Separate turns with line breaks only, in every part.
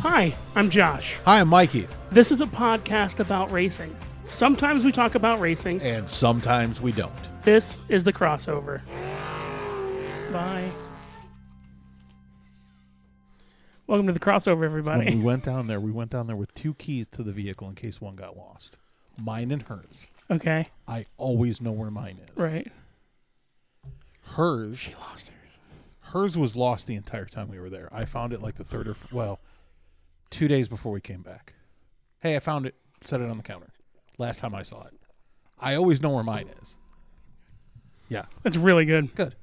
Hi, I'm Josh.
Hi, I'm Mikey,
This is a podcast about racing. Sometimes we talk about racing.
and sometimes we don't.
This is the crossover. Bye. Welcome to the crossover,
When we
everybody.
went down there, we went down there with two keys to the vehicle in case one got lost mine and hers.
Okay,
I always know where mine is.
right.
Hers,
She lost hers.
hers was lost the entire time we were there. I found it like the third or, f- well, two days before we came back. Hey, I found it, set it on the counter. Last time I saw it. I always know where mine is. Yeah,
That's really good.
good.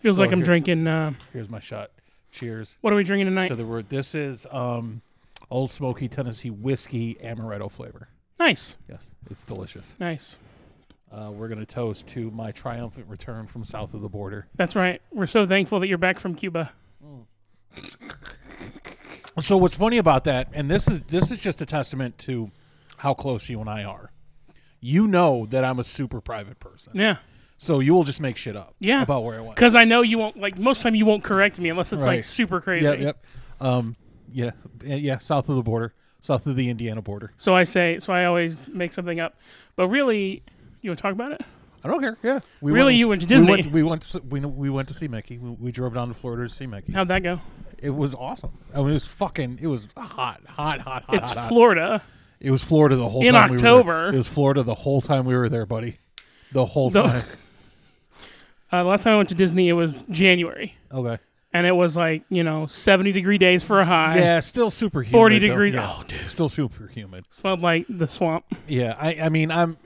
Feels
So
like I'm
Oh, here-
drinking. Uh,
Here's my shot. Cheers.
what are we drinking tonight?
to the root. This is um, Old Smoky Tennessee whiskey amaretto flavor.
nice,
Yes, it's delicious.
nice.
Uh, we're gonna toast to my triumphant return from south of the border.
That's right. We're so thankful that you're back from Cuba.
So what's funny about that, and this is this is just a testament to how close you and I are. You know that I'm a super private person,
Yeah,
so you will just make shit up.
Yeah.
about where I went.
because I know you won't like most time you won't correct me unless it's like
Right.
super crazy.
Yep, yep. Um, yeah, yeah. South of the border, south of the Indiana border.
So I say, so I always make something up. But really, you want to talk about it?
I don't care. Yeah, we
Really, you went to
We went.
Disney.
We went. To, we, we went to see Mickey. We, we drove down to Florida to see Mickey.
How'd that go?
It was awesome. I mean, it was fucking. It was hot, hot, hot, hot.
It's
hot, hot.
Florida.
It was Florida the whole
In
time. we were there.
October.
it was Florida the whole time we were there, buddy. The whole
The-
time.
Uh, last time I went to Disney, it was January,
okay.
and it was like you know seventy degree days for a high.
Yeah, still super humid.
40
though.
degrees.
Yeah.
Oh, dude.
Still super humid.
Smelled like the swamp.
Yeah, I. I mean, I'm.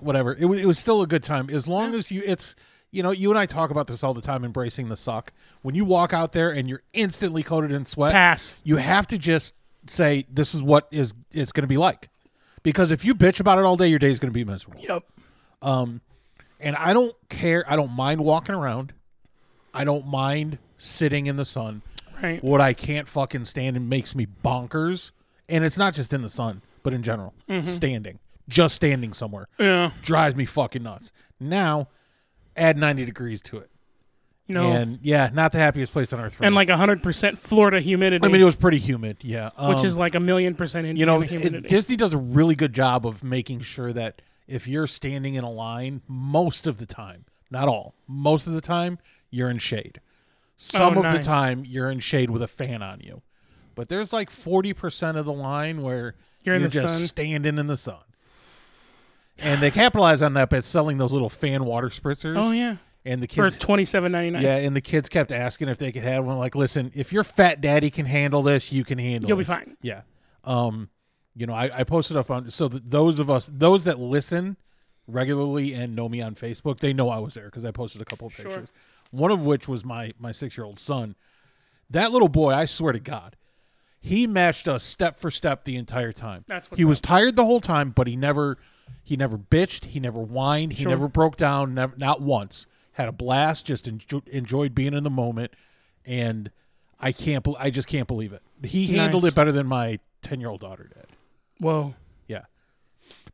Whatever. It was. It was still a good time as long as you. It's. You know, you and I talk about this all the time. Embracing the suck. When you walk out there and you're instantly coated in sweat,
Pass.
you have to just say this is what is it's going to be like. Because if you bitch about it all day, your day's going to be miserable.
Yep.
and I don't care. I don't mind walking around. I don't mind sitting in the sun.
Right.
What I can't fucking stand and makes me bonkers. And it's not just in the sun, but in general,
Mm-hmm.
standing, just standing somewhere
Yeah.
drives me fucking nuts. Now, add ninety degrees to it,
No. And,
and yeah, not the happiest place on earth. For me.
like hundred percent Florida humidity,
I mean, it was pretty humid. Yeah,
which
um,
is like a million percent Indiana
you know,
humidity.
it, Disney does a really good job of making sure that if you're standing in a line, most of the time, not all, most of the time, you're in shade. Some
Oh,
of the
nice.
time, you're in shade with a fan on you. But there's like 40% of the line where
You're in the
just
sun.
standing in the sun. And they capitalize on that by selling those little fan water spritzers.
oh yeah.
And the
For
kids
twenty seven ninety nine.
yeah, and the kids kept asking if they could have one. Like, listen, if your fat daddy can handle this, you can handle.
You'll be
this."
fine.
Yeah. Um, you know, I, I posted up on so th- those of us, those that listen regularly and know me on Facebook, they know I was there because I posted a couple of
Sure.
pictures. One of which was my my six year old son. That little boy, I swear to God, he matched us step for step the entire time.
That's what's
he was tired the whole time, but he never he never bitched, he never whined, he
Sure.
never broke down, never, not once. Had a blast, just enjo- enjoyed being in the moment, and I can't bel I just can't believe it. He handled
Nice.
it better than my ten year old daughter did.
Whoa.
Yeah,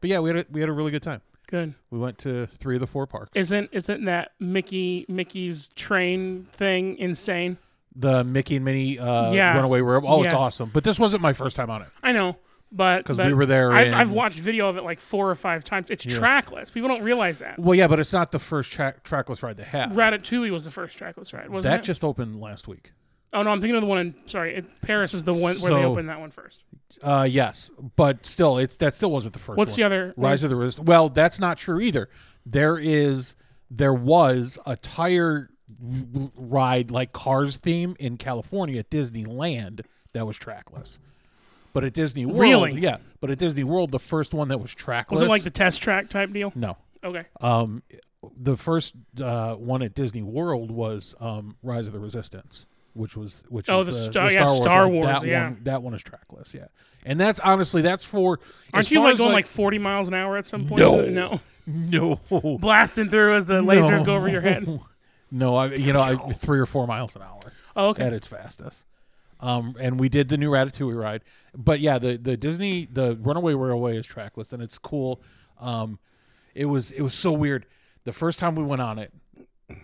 but yeah, we had a, we had a really good time.
Good.
We went to three of the four parks.
Isn't isn't that Mickey Mickey's train thing insane?
the Mickey and Minnie uh,
Yeah.
Runaway Railroad. Oh,
Yes.
it's awesome! But this wasn't my first time on it.
I know, but
'Cause
but
we were there
I've,
in-
I've watched video of it like four or five times. It's trackless. People don't realize that.
Well, yeah, but it's not the first track trackless ride they have.
Ratatouille was the first trackless ride, wasn't
that
it?
just opened last week.
oh no, I'm thinking of the one in sorry, it, Paris is the one where they
So-
opened that one first.
Uh, yes, but still, it's that still wasn't the first.
What's
one.
the other-
Rise of the Resistance? Well, that's not true either. There is, there was a tire w- ride like Cars theme in California at Disneyland that was trackless. But at Disney World,
Really?
yeah. But at Disney World, the first one that was trackless
Was it like the test track type deal?
no.
Okay,
Um, the first uh, one at Disney World was um, Rise of the Resistance, which was which.
Oh,
is
the
the,
Star-
the
yeah,
Wars.
Star
one.
Wars,
That
yeah.
one, that one is trackless. Yeah, and that's honestly that's for.
aren't
as
you
far
like
as,
going like, 40 miles an hour at some point?
No.
no,
no
blasting through as the lasers
no.
go over your head.
No, I you know I, three or four miles an hour
Oh, okay,
at its fastest. Um, and we did the new Ratatouille ride, but yeah, the the Disney the Runaway Railway is trackless and it's cool. Um, it was it was so weird. The first time we went on it,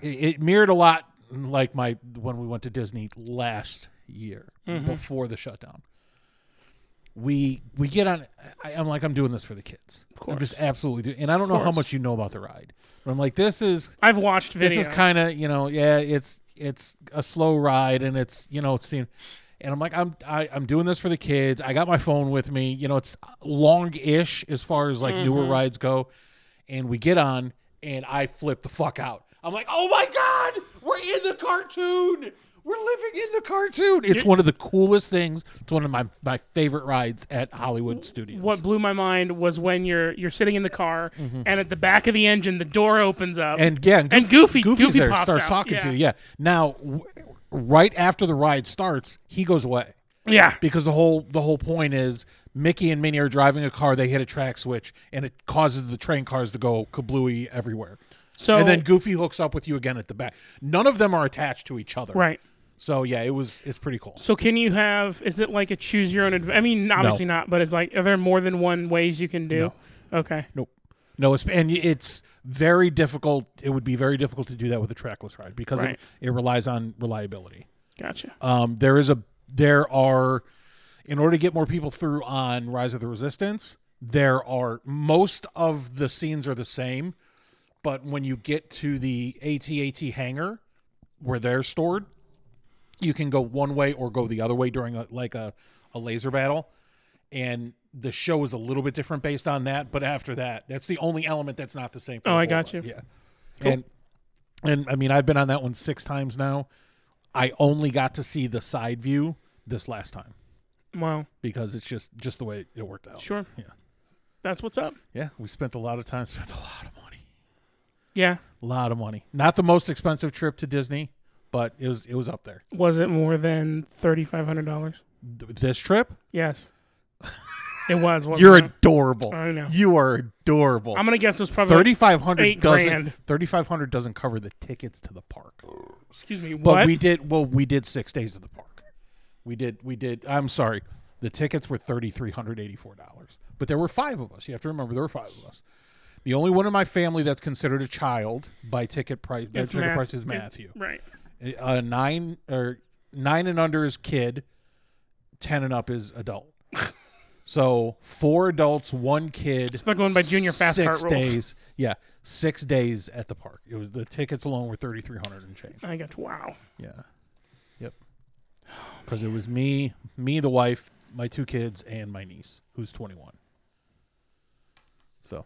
it, it mirrored a lot like my when we went to Disney last year
Mm-hmm.
before the shutdown. We we get on. I, I'm like I'm doing this for the kids. I'm just absolutely doing. And I don't know how
course.
much you know about the ride, but I'm like this is
I've watched video.
this is kind of you know yeah it's it's a slow ride and it's you know it's seen and i'm like i'm I, i'm doing this for the kids i got my phone with me you know it's long-ish as far as like
Mm-hmm.
newer rides go and we get on and i flip the fuck out i'm like oh my god we're in the cartoon we're living in the cartoon it's one of the coolest things it's one of my my favorite rides at hollywood studios
what blew my mind was when you're you're sitting in the car and at the back of the engine the door opens up
Mm-hmm. and yeah, and,
And Goofy- Goofy
there,
pops
starts
out,
talking to
yeah.
you. Yeah. Now, w- right after the ride starts, he goes away
yeah
because the whole the whole point is Mickey and Minnie are driving a car. They hit a track switch, and it causes the train cars to go kablooey everywhere.
so
and then Goofy hooks up with you again at the back. None of them are attached to each other.
right
So yeah, it was it's pretty cool.
so can you have is it like a choose your own adv- I mean obviously not but it's like are there more than one ways you can do okay
Nope. No, it's, and it's very difficult. It would be very difficult to do that with a trackless ride because
Right.
it, it relies on reliability.
gotcha
Um, there is a there are in order to get more people through on Rise of the Resistance, there are most of the scenes are the same, but when you get to the ATAT hangar where they're stored, you can go one way or go the other way during a, like a, a laser battle. And the show is a little bit different based on that, but after that, that's the only element that's not the same. For
Oh,
the
I
whole
got
run.
you.
Yeah, and and I mean, I've been on that one six times now. I only got to see the side view this last time
wow
because it's just just the way it worked out.
sure
Yeah.
that's what's up
Yeah, we spent a lot of time, spent a lot of money,
yeah
a lot of money. Not the most expensive trip to Disney, but it was it was up there.
was it more than thirty five hundred dollars
Th- this trip,
yes it was wasn't
you're
it?
adorable.
I know.
You are adorable.
I'm gonna guess it was probably
Thirty five hundred
Eight
doesn't
grand.
thirty five hundred doesn't cover the tickets to the park.
excuse me
But
what
we did well. We did six days of the park. We did. We did. I'm sorry. The tickets were thirty three hundred eighty four dollars. But there were five of us. You have to remember there were five of us. The only one in my family that's considered a child by ticket price. By
It's
ticket
Math-
price is
it-
Matthew.
right
A nine or nine and under is kid. Ten and up is adult. so four adults, one kid. So
they're going by junior fast
six
cart rules.
days. Yeah, six days at the park. It was the tickets alone were thirty three hundred and change.
I got wow
Yeah. Yep. Because it was me, me, the wife, my two kids, and my niece, who's 21. So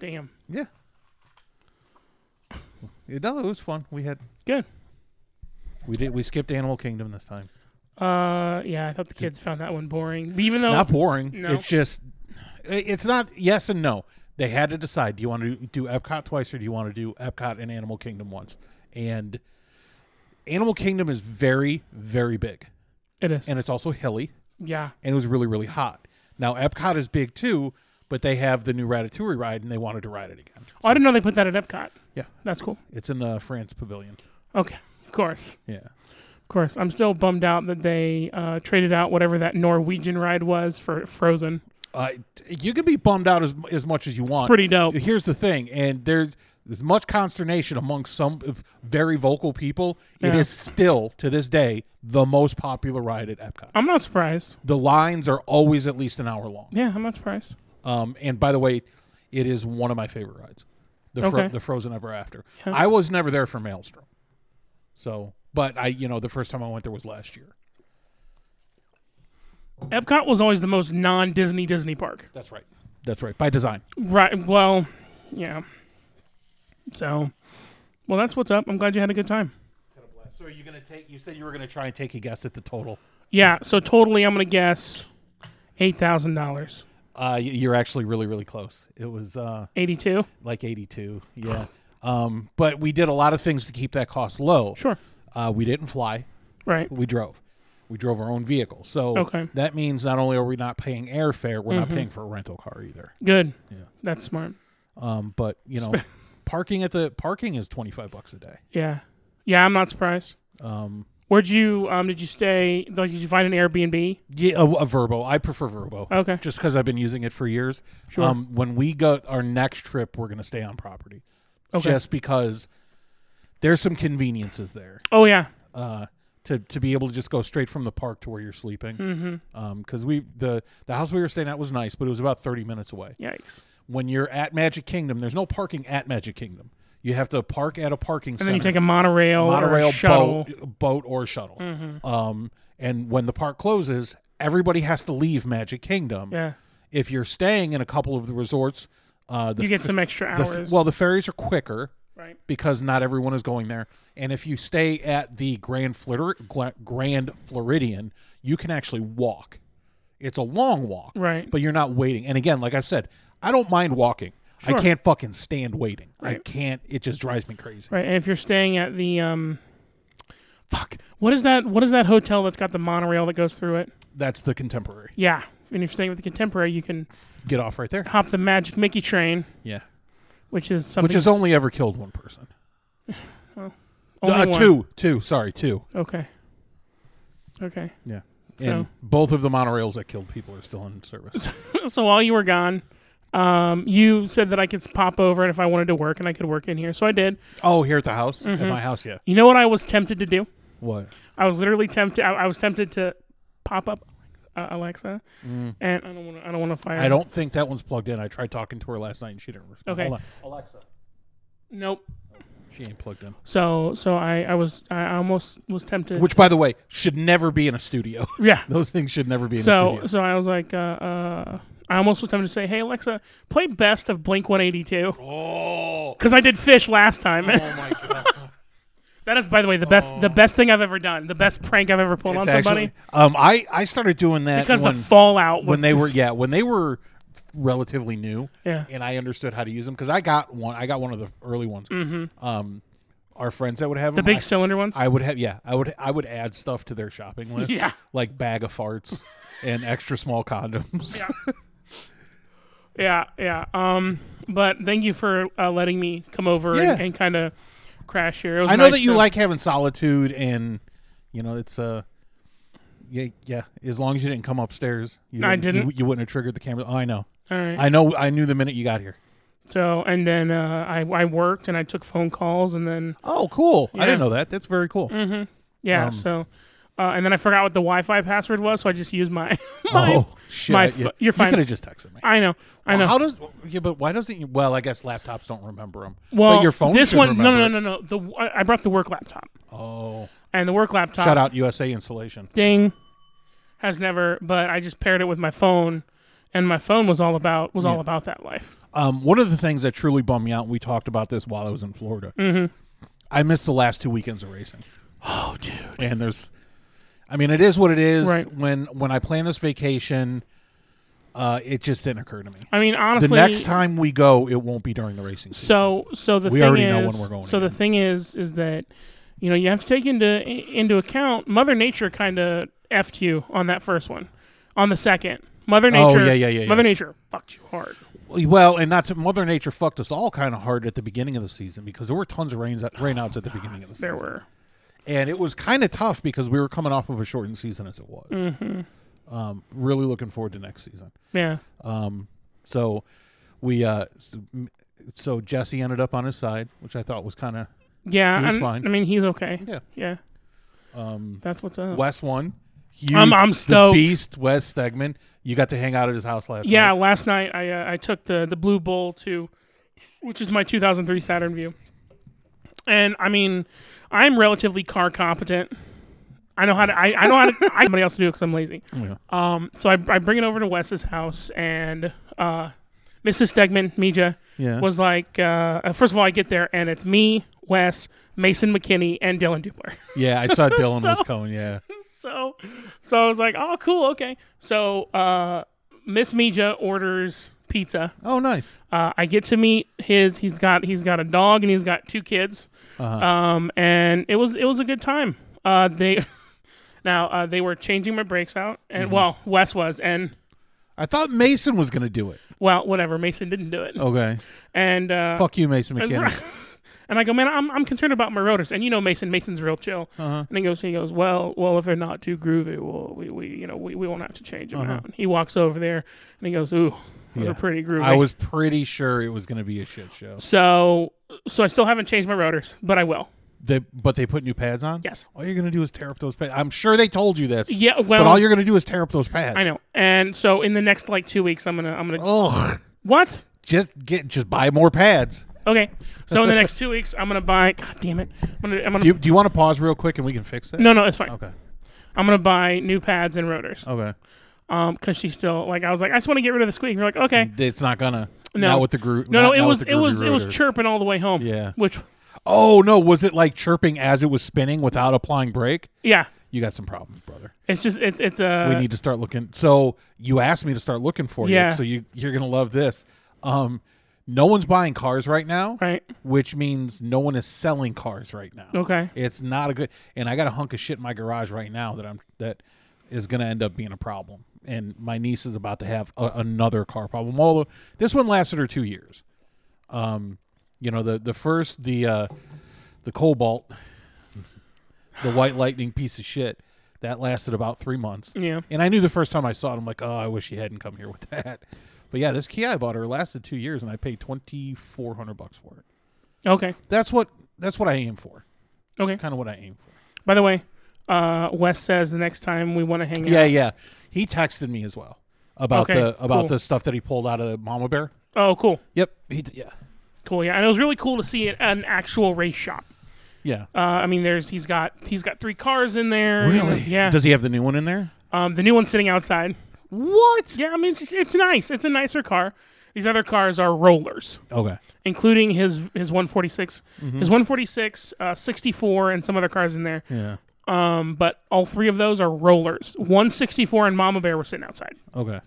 damn
yeah. It, no, it was fun. We had
good
we did we skipped Animal Kingdom this time.
Uh, yeah, I thought the kids found that one boring. Even though,
Not boring.
no.
It's just it- it's not yes and no. They had to decide: do you want to do Epcot twice, or do you want to do Epcot and Animal Kingdom once? And Animal Kingdom is very, very big,
it is.
and it's also hilly.
yeah,
and it was really really hot. Now Epcot is big too, but they have the new Ratatouille ride and they wanted to ride it again.
oh, I didn't know they put that at Epcot.
Yeah.
That's cool.
It's in the France pavilion.
Okay, of course,
Yeah.
of course. I'm still bummed out that they uh, traded out whatever that Norwegian ride was for Frozen.
Uh, you can be bummed out as as much as you want.
Pretty dope.
Here's the thing, and there's there's much consternation among some of- very vocal people. It
Yeah.
is still to this day the most popular ride at Epcot.
I'm not surprised.
The lines are always at least an hour long.
Yeah, I'm not surprised.
Um, and by the way, it is one of my favorite rides, the Fro-
Okay.
the Frozen Ever After.
Yeah.
I was never there for Maelstrom, so but I you know the first time I went there was last year.
Epcot was always the most non-Disney Disney park.
That's right. That's right. By design.
Right. Well, yeah. So, well, that's what's up. I'm glad you had a good time.
So are you gonna take? You said you were gonna try and take a guess at the total.
Yeah. So totally, I'm gonna guess eight thousand dollars.
Uh, y- you're actually really really close. It was uh
Eighty-two.
like 82. Yeah. um, but we did a lot of things to keep that cost low.
Sure.
Uh, we didn't fly.
Right.
we drove. We drove our own vehicle. So
Okay. Mm-hmm.
that means not only are we not paying airfare, we're not paying for a rental car either.
Good. That's smart.
Um, but you know, parking at the parking is twenty five bucks a day.
Yeah. Yeah, I'm not surprised.
Um,
Where'd you um did you stay like did you find an Airbnb?
yeah, a, a Verbo. I prefer Verbo.
Okay.
Just because I've been using it for years.
Sure.
Um, when we go our next trip, we're gonna stay on property.
Okay.
Just because there's some conveniences there.
Oh yeah.
Uh, to to be able to just go straight from the park to where you're sleeping.
Mm-hmm.
Because we the the house we were staying at was nice, but it was about thirty minutes away.
Yikes.
When you're at Magic Kingdom, there's no parking at Magic Kingdom. You have to park at a parking
And
center.
then you take a monorail, or
monorail
a shuttle. Mm-hmm.
boat boat or shuttle. Um, and when the park closes, everybody has to leave Magic Kingdom.
Yeah.
If you're staying in a couple of the resorts, uh, the
You get
f-
some extra
the f-
hours.
well, the ferries are quicker
right.
because not everyone is going there. And if you stay at the Grand Flitter, Gla- Grand Floridian, you can actually walk. It's a long walk,
Right.
But you're not waiting. And again, like I've said, I don't mind walking. I can't fucking stand waiting. I can't. It just drives me crazy.
Right. And if you're staying at the um, fuck, what is that? What is that hotel that's got the monorail that goes through it?
That's the contemporary.
Yeah. And if you're staying with the contemporary, you can
Get off right there.
hop the Magic Mickey train,
Yeah.
which is something.
Which has only ever killed one person.
only
Uh,
one.
Two. Two. Sorry, two.
Okay. Okay.
Yeah.
So-
And both of the monorails that killed people are still in service.
so while you were gone, um, you said that I could pop over and if I wanted to work and I could work in here. So I did.
oh, here at the house?
Mm-hmm.
At my house, yeah.
You know what I was tempted to do?
What?
I was literally tempted. I, I was tempted to pop up uh, Alexa, and I don't want to. I don't want to fire.
Mm. I don't think that one's plugged in. I tried talking to her last night and she didn't respond.
Okay.
Hold on. Alexa.
Nope.
She ain't plugged in.
So so I I was I almost was tempted.
Which, by the way, should never be in a studio.
yeah.
Those things should never be in a
So
studio.
so I was like uh, uh I almost was tempted to say, hey Alexa, play best of Blink 182
Oh.
because I did Fish last time.
Oh, my God. Oh.
that is by the way the best the best thing I've ever done. The best prank I've ever pulled
It's
on somebody.
actually, um, I, I started doing that
because
when,
the fallout was
when they were,
just-
yeah, when they were relatively new.
yeah
and I understood how to use them because I got one. I got one of the early ones. Um, our friends that would have
the
them,
big cylinder ones
I, I would have, yeah, I would, I would add stuff to their shopping list,
Yeah.
like bag of farts and extra small condoms.
yeah yeah um but thank you for uh, letting me come over and,
Yeah.
and kind of crash here It was
I know
nice
that you
to-
like having solitude, and you know it's uh, yeah, yeah. As long as you didn't come upstairs, you
I
wouldn't-
didn't.
You, you wouldn't have triggered the camera. Oh, I know,
all right
I know, I knew the minute you got here.
so and then uh, I I worked and I took phone calls and then
Oh, cool! I
Yeah. Mm-hmm.
didn't know that. That's very cool.
yeah
Um,
so. Uh, and then I forgot what the Wi-Fi password was, so I just used my. my-
Oh shit!
my
I-
fu-
yeah.
you're fine.
You could have just texted me.
I know, I know.
How does? Yeah, but why doesn't? you Well, I guess laptops don't remember them.
well,
but your phone.
This
should
one, no, no,
remember
no, no. The I I brought the work laptop,
it. Oh,
and the work laptop.
shout out USA Insulation.
ding has never but i just paired it with my phone and my phone was all about was all about that life
Um, one of the things that truly bummed me out, and we talked about this while I was in Florida. I missed the last two weekends of racing,
Mm-hmm. oh dude
and there's, I mean, it is what it is.
Right.
When when I plan this vacation, uh, it just didn't occur to me.
i mean
The
honestly
next time we go, it won't be during the racing season.
so so the
We
thing
already
is
know when we're going
so the thing is is that you know you have to take into i- into account mother nature kind of effed you on that first one on the second mother
Oh,
nature
yeah, yeah, yeah, yeah.
mother nature fucked you hard
Well, and not to Mother Nature fucked us all kind of hard at the beginning of the season because there were tons of rains rainouts at the beginning of the season.
Oh, there were
and it was kind of tough because we were coming off of a shortened season as it was.
Mm-hmm.
Um, really looking forward to next season.
yeah
So we, uh, s- m- so Jesse ended up on his side, which I thought was kind of
yeah
He was
I'm-
fine.
i mean he's okay
yeah.
yeah um that's what's up
Wes won. You,
I'm- I'm
the
stoked.
beast Wes Stegman. You got to hang out at his house last
Yeah,
night.
last night I uh, I took the the Blue Bull to, which is my 2003 Saturn View, and I mean, I'm relatively car competent. I know how to. I, I know how to. I somebody else to do it because I'm lazy.
Yeah.
Um, so I, I bring it over to Wes's house, and uh, Mrs. Stegman, Mija,
Yeah.
was like, uh, uh, first of all, I get there and it's me, Wes, Mason McKinney, and Dylan Dupler.
Yeah, I saw Dylan
So-
was coming. Yeah.
so so I was like, oh, cool, okay. So uh, Miss Mija orders pizza.
Oh, nice.
Uh, I get to meet his. He's got he's got a dog and he's got two kids.
Uh-huh.
Um, and it was it was a good time. Uh, they now uh, they were changing my brakes out, and
Mm-hmm.
well, Wes was, and
I thought Mason was going to do it.
well, whatever. Mason didn't do it,
Okay.
and uh,
Oh, Fuck you, Mason McKinney.
and I go, man, I'm I'm concerned about my rotors, and you know Mason. Mason's real chill.
Uh-huh.
And he goes, he goes, well, well, if they're not too groovy, well, we, we you know we, we won't have to change them out. He walks over there, and he goes, ooh, those
Uh-huh. Yeah.
are pretty groovy.
I was pretty sure it was going to be a shit show.
So so I still haven't changed my rotors, but I will.
They but they put new pads on.
Yes.
All you're gonna do is tear up those pads. I'm sure they told you this.
Yeah,
But
well-
all you're gonna do is tear up those pads.
I know. And so in the next like two weeks, I'm gonna I'm gonna
Ugh.
what?
Just get just buy more pads.
Okay. So in the next two weeks, I'm gonna buy. God damn it! I'm gonna. I'm gonna
Do you, do you want to pause real quick and we can fix that?
no, no, it's fine.
Okay.
I'm gonna buy new pads and rotors.
Okay.
Um, because she's still like I was like I just want to get rid of the squeak. And you're like okay.
It's not gonna.
No.
Not with the group.
No, no, it was it was it was chirping all the way home.
Yeah.
Which
Oh no! Was it like chirping as it was spinning without applying brake?
yeah,
You got some problems, brother.
it's just it's it's uh, a.
we need to start looking. So you asked me to start looking for
Yeah.
you. So you you're gonna love this. Um, no one's buying cars right now,
right.
which means no one is selling cars right now.
Okay.
It's not a good. And I got a hunk of shit in my garage right now that I'm that is gonna end up being a problem. And my niece is about to have a, another car problem. Although this one lasted her two years. Um, you know the the first the uh, the Cobalt, the White Lightning piece of shit that lasted about three months.
Yeah.
And I knew the first time I saw it, I'm like, oh, I wish he hadn't come here with that. But yeah, this Kia I bought her lasted two years, and I paid twenty four hundred bucks for it.
Okay.
That's what that's what I aim for.
Okay.
Kind of what I aim for.
By the way, uh, Wes says the next time we want to hang out.
Yeah, yeah. He texted me as well about
Okay,
the about
cool.
the stuff that he pulled out of Mama Bear.
Oh, cool.
Yep. He d- yeah.
Cool. Yeah, and it was really cool to see it at an actual race shop.
Yeah.
Uh, I mean, there's he's got he's got three cars in there. Yeah.
Does he have the new one in there?
um, the new one's sitting outside.
What?
Yeah, I mean, it's, it's nice. It's a nicer car. These other cars are rollers,
Okay.
including his his 146,
Mm-hmm.
his 146, uh, 64, and some other cars in there.
Yeah.
Um, but all three of those are rollers. 164 and Mama Bear were sitting outside.
Okay.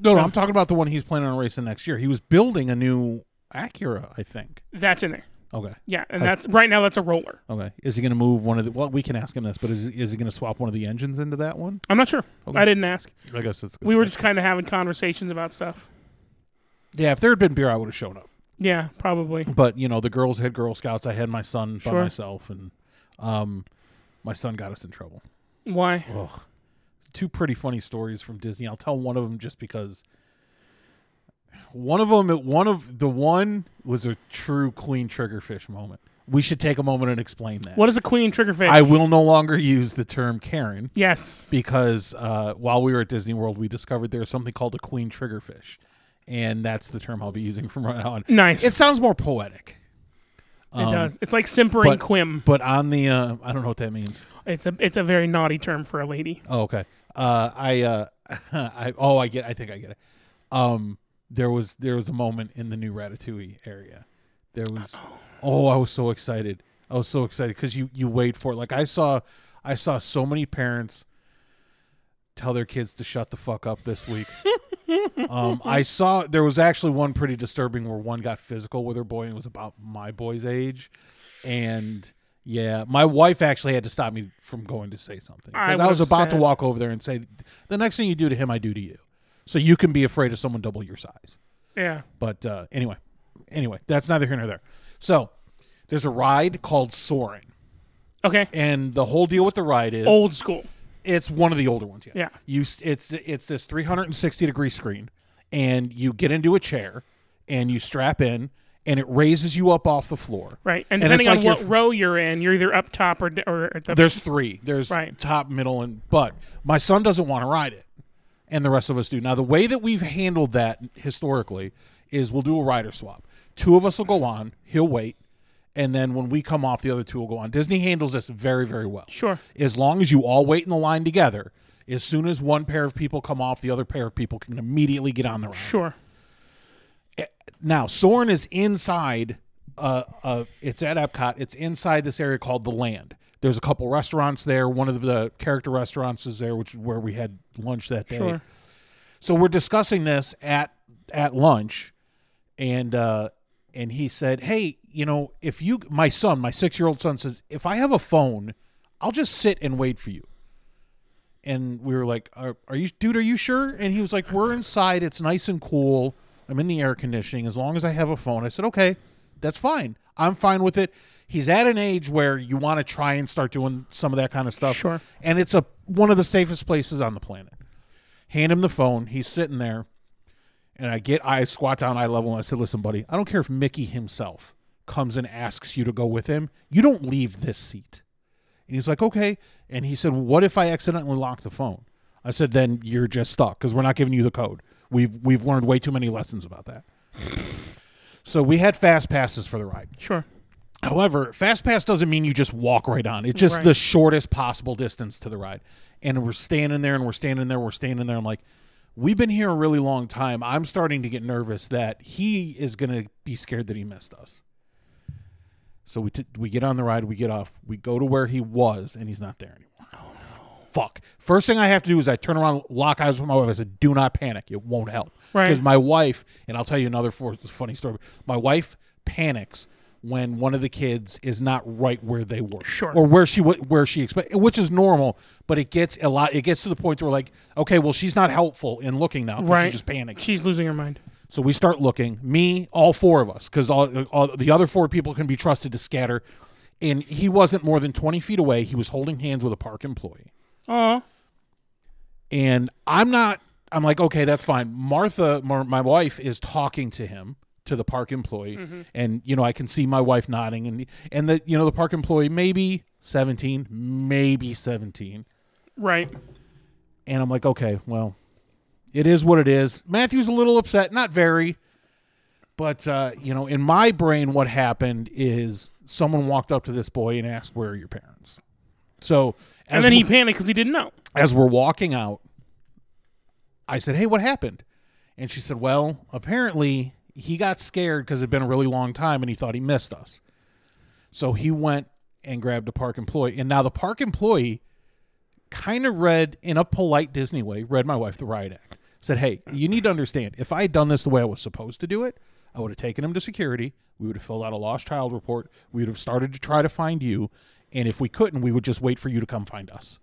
No, no, I'm talking about the one he's planning on racing next year. He was building a new Acura, I think.
That's in there.
Okay.
Yeah, and that's right now. That's a roller.
Okay. Is he going to move one of the? Well, we can ask him this, but is is he going to swap one of the engines into that one?
I'm not sure. I didn't ask.
I guess it's.
We were just kind of having conversations about stuff.
Yeah, if there had been beer, I would have shown up.
Yeah, probably.
But you know, the girls had Girl Scouts. I had my son by
Sure.
myself, and um, my son got us in trouble.
Why?
Ugh. Two pretty funny stories from Disney. I'll tell one of them just because. One of them, one of the one was a true queen triggerfish moment. We should take a moment and explain that.
What is a queen triggerfish?
I will no longer use the term Karen.
Yes.
because uh, while we were at Disney World, we discovered there's something called a queen triggerfish, and that's the term I'll be using from right on.
Nice.
It sounds more poetic,
it does. It's like simpering
Um, but
quim.
but on the uh, I don't know what that means.
It's a it's a very naughty term for a lady.
Oh, okay. Uh, I uh, I oh I get I think I get it. Um, there was there was a moment in the new Ratatouille area. There was oh I was so excited. I was so excited because you you wait for it. Like I saw I saw so many parents tell their kids to shut the fuck up this week. um, I saw there was actually one pretty disturbing where one got physical with her boy and it was about my boy's age, and yeah, my wife actually had to stop me from going to say something
I
because I,
would've
was about
said-
to walk over there and say, "The next thing you do to him, I do to you," so you can be afraid of someone double your size.
Yeah.
But uh, anyway, anyway, that's neither here nor there. So there's a ride called Soaring,
Okay.
and the whole deal with the ride is
Old school.
it's one of the older ones. Yeah.
Oh. Yeah.
You s- it's it's this 360 degree screen, and you get into a chair, and you strap in, and it raises you up off the floor.
Right. And
And it's
depending
like
on what
you're-
row you're in, you're either up top or d- or at the
There's three. There's
Right.
top, middle, and but my son doesn't want to ride it, and the rest of us do. Now the way that we've handled that historically is we'll do a rider swap. Two of us will go on. He'll wait. And then when we come off, the other two will go on. Disney handles this very, very well.
Sure.
as long as you all wait in the line together, as soon as one pair of people come off, the other pair of people can immediately get on the ride.
Sure.
Now, Soren is inside. Uh, uh, it's at Epcot. It's inside this area called the Land. There's a couple restaurants there. One of the character restaurants is there, which is where we had lunch that day.
Sure.
So we're discussing this at at lunch, and uh, and he said, "Hey, you know, if you, my son, my six year old son says, if I have a phone, I'll just sit and wait for you." And we were like, are, "Are you, dude? Are you sure?" And he was like, "We're inside. It's nice and cool. I'm in the air conditioning. As long as I have a phone." I said, "Okay, that's fine. I'm fine with it." He's at an age where you want to try and start doing some of that kind of stuff.
Sure.
And it's a one of the safest places on the planet hand him the phone. He's sitting there, and I get I squat down eye level and I said, "Listen, buddy, I don't care if Mickey himself comes and asks you to go with him, you don't leave this seat. And he's like, okay. And he said, what if I accidentally lock the phone? I said, then you're just stuck because we're not giving you the code. We've we've learned way too many lessons about that. so we had fast passes for the ride.
Sure.
However, fast pass doesn't mean you just walk right on. It's just
Right.
the shortest possible distance to the ride. And we're standing there and we're standing there, we're standing there. I'm like, we've been here a really long time. I'm starting to get nervous that he is going to be scared that he missed us. So we t- we get on the ride, we get off, we go to where he was, and he's not there anymore.
Oh,
Fuck. First thing I have to do is I turn around, lock eyes with my wife. I said, "Do not panic. It won't help."
Right.
Because my wife, and I'll tell you another for- funny story. My wife panics when one of the kids is not right where they were,
Sure.
or where she wa- where she expect, which is normal. But it gets a lot. It gets to the point where like, okay, well, she's not helpful in looking now. 'cause
Right.
She just panics.
She's losing her mind.
So we start looking. Me, all four of us, because all, all the other four people can be trusted to scatter. And he wasn't more than twenty feet away. He was holding hands with a park employee.
Oh,
And I'm not. I'm like, okay, that's fine. Martha, my, my wife, is talking to him to the park employee,
Mm-hmm.
and you know I can see my wife nodding, and and the you know the park employee maybe seventeen, maybe seventeen.
right.
And I'm like, okay, well, it is what it is. Matthew's a little upset, not very. But, uh, you know, in my brain, what happened is someone walked up to this boy and asked, where are your parents? So as,
And then he
we-
panicked because he didn't know.
as we're walking out, I said, hey, what happened? And she said, well, apparently he got scared because it had been a really long time and he thought he missed us. So he went and grabbed a park employee. And now the park employee kind of read in a polite Disney way, read my wife the riot act. Said, hey, you need to understand, if I had done this the way I was supposed to do it, I would have taken him to security. We would have filled out a lost child report. We would have started to try to find you. And if we couldn't, we would just wait for you to come find us.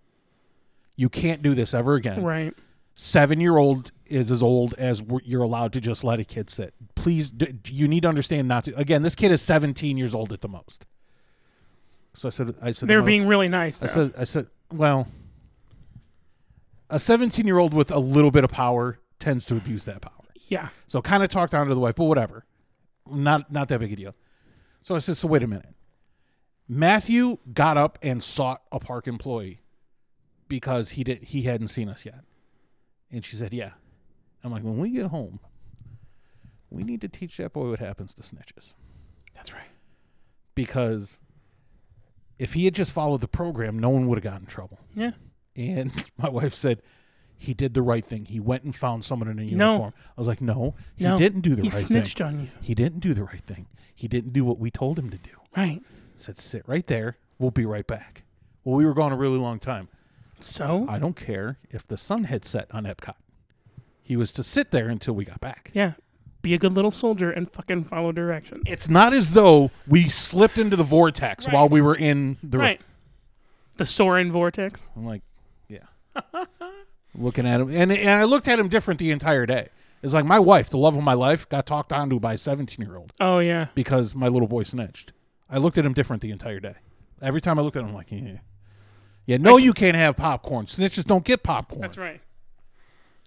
You can't do this ever again.
Right.
Seven year old is as old as w- you're allowed to just let a kid sit. Please, d- you need to understand not to. Again, this kid is 17 years old at the most. So I said, I said,
They were
"Mother-
being really nice.
I
though.
said, I said, well, a 17 year old with a little bit of power tends to abuse that power.
yeah.
So kind of talked down to the wife, but whatever. Not not that big a deal. So I said, so wait a minute. Matthew got up and sought a park employee because he did he hadn't seen us yet. And she said, Yeah. I'm like, when we get home, we need to teach that boy what happens to snitches.
That's right.
Because if he had just followed the program, no one would have gotten in trouble.
Yeah.
And my wife said, he did the right thing. He went and found someone in a
No.
uniform. I was like, no, he
No,
didn't do the
he
right
snitched
thing.
on you.
He didn't do the right thing. He didn't do what we told him to do.
Right.
said, sit right there. We'll be right back. Well, we were gone a really long time.
So
I don't care if the sun had set on Epcot. He was to sit there until we got back.
yeah, be a good little soldier and fucking follow directions.
It's not as though we slipped into the vortex while we were in the
right. The Soren vortex.
I'm like, yeah. Looking at him, and and I looked at him different the entire day. It's like my wife, the love of my life, got talked onto by a 17 year old
Oh yeah.
because my little boy snitched. I looked at him different the entire day. Every time I looked at him, I'm like, yeah, yeah. No, you can't have popcorn. Snitches don't get popcorn.
That's right.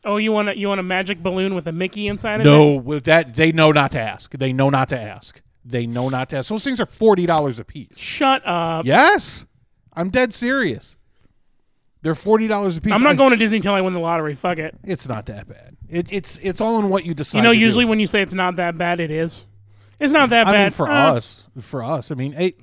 Oh, you want a, you want a magic balloon with a Mickey inside of it?
No, with that they know not to ask. They know not to ask. They know not to ask. Those things are forty dollars a piece.
Shut up.
Yes, I'm dead serious. They're forty dollars a piece.
I'm not
I-
going to Disney till I win the lottery. Fuck it.
It's not that bad. It, it's it's all in what you decide.
You know,
to do.
usually when you say it's not that bad, it is. It's not that
I
bad
mean for
Uh,
us, for us, I mean eight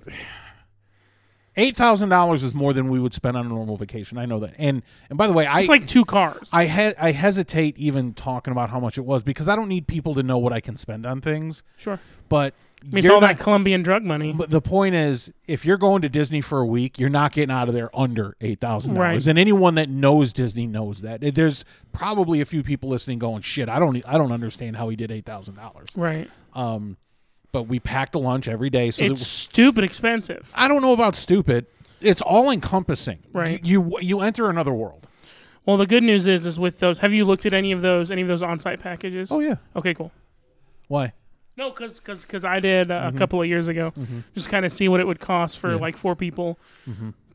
eight thousand dollars is more than we would spend on a normal vacation. I know that. And and by the way, I
It's like two cars.
I he- I hesitate even talking about how much it was because I don't need people to know what I can spend on things.
sure.
But
I mean, it's
you're
all
not-
that Colombian drug money.
But the point is, if you're going to Disney for a week, you're not getting out of there under eight thousand
Right.
dollars. And anyone that knows Disney knows that. There's probably a few people listening going, "Shit, I don't, e, I don't understand how he did eight thousand dollars."
Right.
Um, but we packed a lunch every day, so
It's
that,
stupid expensive.
I don't know about stupid. It's all encompassing.
Right.
You, you you enter another world.
Well, the good news
Oh,
is, is with those. Have Oh, you looked at any of those? Any of those on-site packages?
yeah.
Okay, cool.
Why?
No, because cause, cause I did uh, a couple of years ago. Just kind of see what it would cost for
Mm-hmm. Yeah. Mm-hmm.
like four people,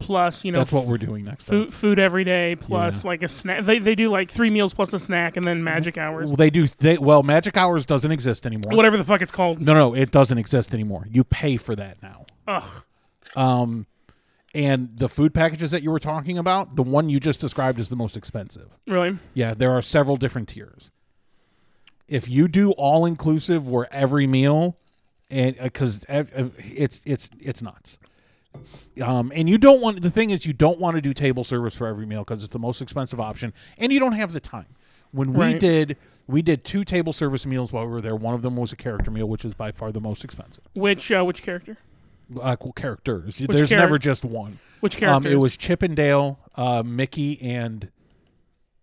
plus you know
That's what we're doing next time.
food food every day, plus like a snack. They they do like three meals plus a snack, and then magic hours,
Well, they do. They, well, Magic Hours doesn't exist anymore.
whatever the fuck it's called.
No, no, it doesn't exist anymore. You pay for that now.
Ugh.
Um, and the food packages that you were talking about, the one you just described is the most expensive.
Really?
Yeah, there are several different tiers. If you do all inclusive, where every meal, and uh, because it's it's it's nuts. Um, and you don't want the thing is you don't want to do table service for every meal because it's the most expensive option, and you don't have the time. When we
Right.
did we did two table service meals while we were there. One of them was a character meal, which is by far the most expensive.
Which uh, which character?
Uh, characters. There's
charac-
never just one.
Which
Um,
character?
it was Chip and Dale, uh, Mickey, and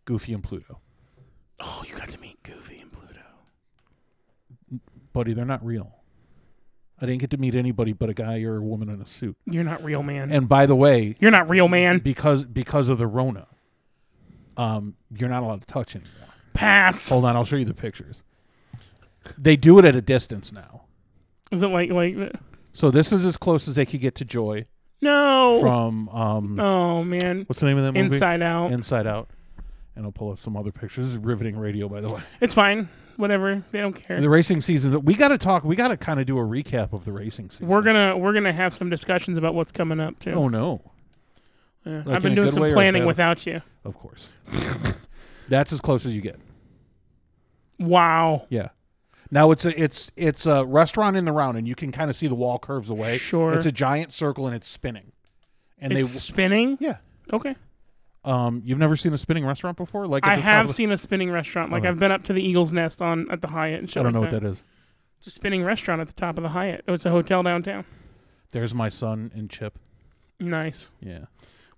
Goofy and Pluto.
Oh, you got to meet Goofy and Pluto.
buddy, they're not real. I didn't get to meet anybody but a guy or a woman in a suit.
You're not real, man.
And by the way,
You're not real, man.
because because of the Rona, um, you're not allowed to touch anymore.
Pass.
Hold on, I'll show you the pictures. They do it at a distance now.
Is it like like th-
So this is as close as they could get to Joy
no?
from um,
oh man,
what's the name of that movie?
Oh. Inside Out.
Inside Out. And I'll pull up some other pictures. This is riveting radio, by the way.
it's fine. Whatever. They don't care.
The racing season. We got to talk. We got to kind of do a recap of the racing season.
We're gonna we're gonna have some discussions about what's coming up too.
Oh no.
Yeah. I've
Like in
been
a
doing
good way or
some
a
planning
bad-
without you.
Of course. That's as close as you get.
Wow.
Yeah. Now it's a it's it's a restaurant in the round, and you can kind of see the wall curves away.
Sure.
It's a giant circle, and it's spinning. And
It's spinning.
they yeah.
Okay.
Um, you've never seen a spinning restaurant before? Like at
I
the top
have
of the-
seen a spinning restaurant. Like
Okay.
I've been up to the Eagle's Nest on at the Hyatt. And shit
I don't know
like
what that is.
It's a spinning restaurant at the top of the Hyatt. Oh, it's a hotel downtown.
There's my son and Chip.
Nice.
Yeah.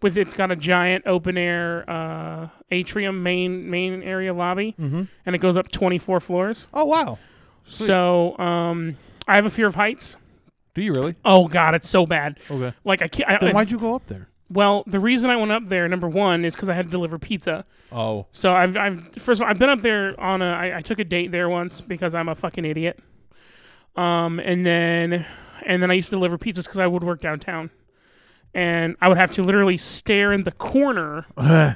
With it's got a giant open air uh, atrium main main area lobby,
Mm-hmm.
and it goes up twenty four floors.
Oh wow. Sweet.
So um, I have a fear of heights.
Do you really?
Oh God, it's so bad.
Okay.
Like I can't. I,
Then why'd you go up there?
well, the reason I went up there, number one, is because I had to deliver pizza.
Oh.
So I've, I've first of all, I've been up there on a. I, I took a date there once because I'm a fucking idiot. Um, and then, and then I used to deliver pizzas because I would work downtown, and I would have to literally stare in the corner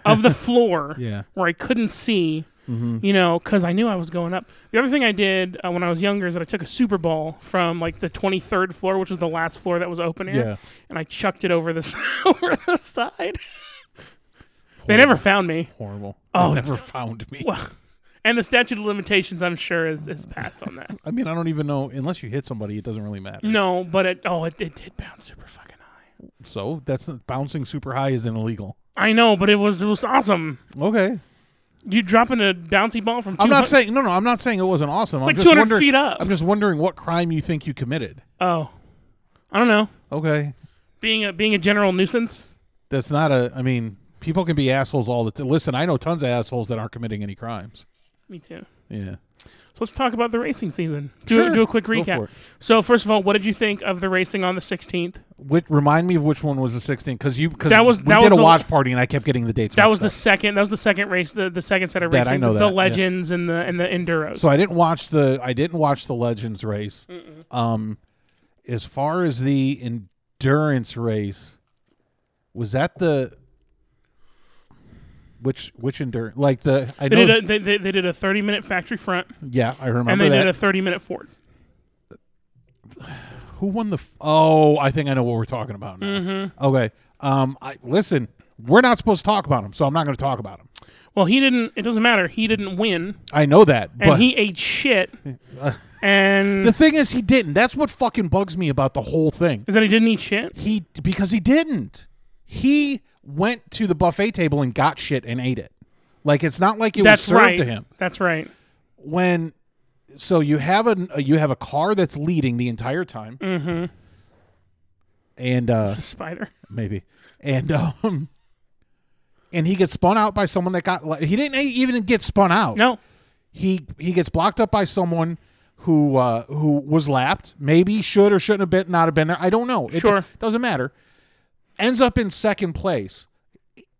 of the floor
Yeah. Mm-hmm.
where I couldn't see. You know, because I knew I was going up. The other thing I did uh, when I was younger is that I took a Super Bowl from like the 23rd floor, which was the last floor that was open air,
Yeah.
and I chucked it over the over the side. They never found me.
Horrible.
Oh,
They never found me.
Well, and the statute of limitations, I'm sure, is, is passed on that.
I mean, I don't even know. Unless you hit somebody, it doesn't really matter.
no, but it oh, it, it did bounce super fucking high.
So that's bouncing super high isn't illegal.
I know, but it was it was awesome.
Okay.
You dropping a bouncy ball from
I'm
200
not saying no, no. I'm not saying it wasn't awesome. I'm
like
just
200
wondering,
feet up.
I'm just wondering what crime you think you committed.
Oh, I don't know.
Okay,
Being a being a general nuisance.
that's not a. I mean, people can be assholes all the. T- Listen, I know tons of assholes that aren't committing any crimes.
Me too.
Yeah.
So let's talk about the racing season. Do
Sure.
a, do a quick
Go for
recap.
it.
So first of all, what did you think of the racing on the 16th?
Which, remind me of which one was the 16th because you because
That was-
we
that
did
was
a
the-
watch party and I kept getting the dates.
That
mixed
was the
up.
second. That was the second race. The, the second set of
That,
racing.
I know
the,
that,
the
yeah.
legends and the and the enduros.
So I didn't watch the I didn't watch the Legends race. Um, as far as the endurance race, was that the which which endurance like the I
they,
know
did a, they, they, they did a 30 minute factory front,
yeah I remember
and they
that
did a 30 minute Ford.
who won the f- oh I think I know what we're talking about now.
Mm-hmm.
Okay, um, I listen. We're not supposed to talk about him, so I'm not going to talk about him.
Well, he didn't. It doesn't matter. He didn't win,
I know that,
and
but
he ate shit. and
the thing is, he didn't. That's what fucking bugs me about the whole thing.
is that he didn't eat shit?
He because he didn't. He went to the buffet table and got shit and ate it. Like it's not like it
That's
was served
right.
to him.
That's right.
When so you have a you have a car that's leading the entire time. Mm-hmm. And uh
The spider.
maybe and um and he gets spun out by someone that got like, he didn't e, even get spun out.
No,
He he gets blocked up by someone who uh who was lapped. Maybe should or shouldn't have been not have been there. I don't know. It
Sure.
doesn't matter. Ends up in second place.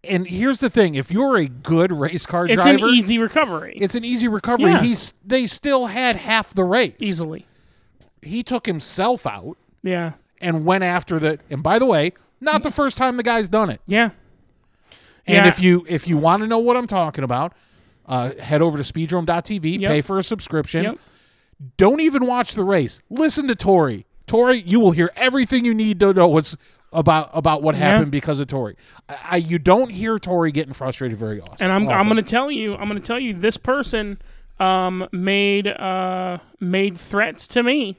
And here's the thing: if you're a good race car
it's
driver,
an easy recovery.
it's an easy recovery.
Yeah.
He's they still had half the race.
easily.
he took himself out
Yeah.
and went after the. And by the way, not
Mm-hmm.
the first time the guy's done it.
Yeah.
And
Yeah.
if you if you want to know what I'm talking about, uh, head over to speedrome.tv,
Yep.
pay for a subscription.
Yep.
Don't even watch the race. Listen to Tori. Tori, you will hear everything you need to know what's about about what happened because of Tori. I, I, you don't hear Tori getting frustrated very often.
And I'm I'm
often.
gonna tell you I'm gonna tell you this person um, made uh, made threats to me,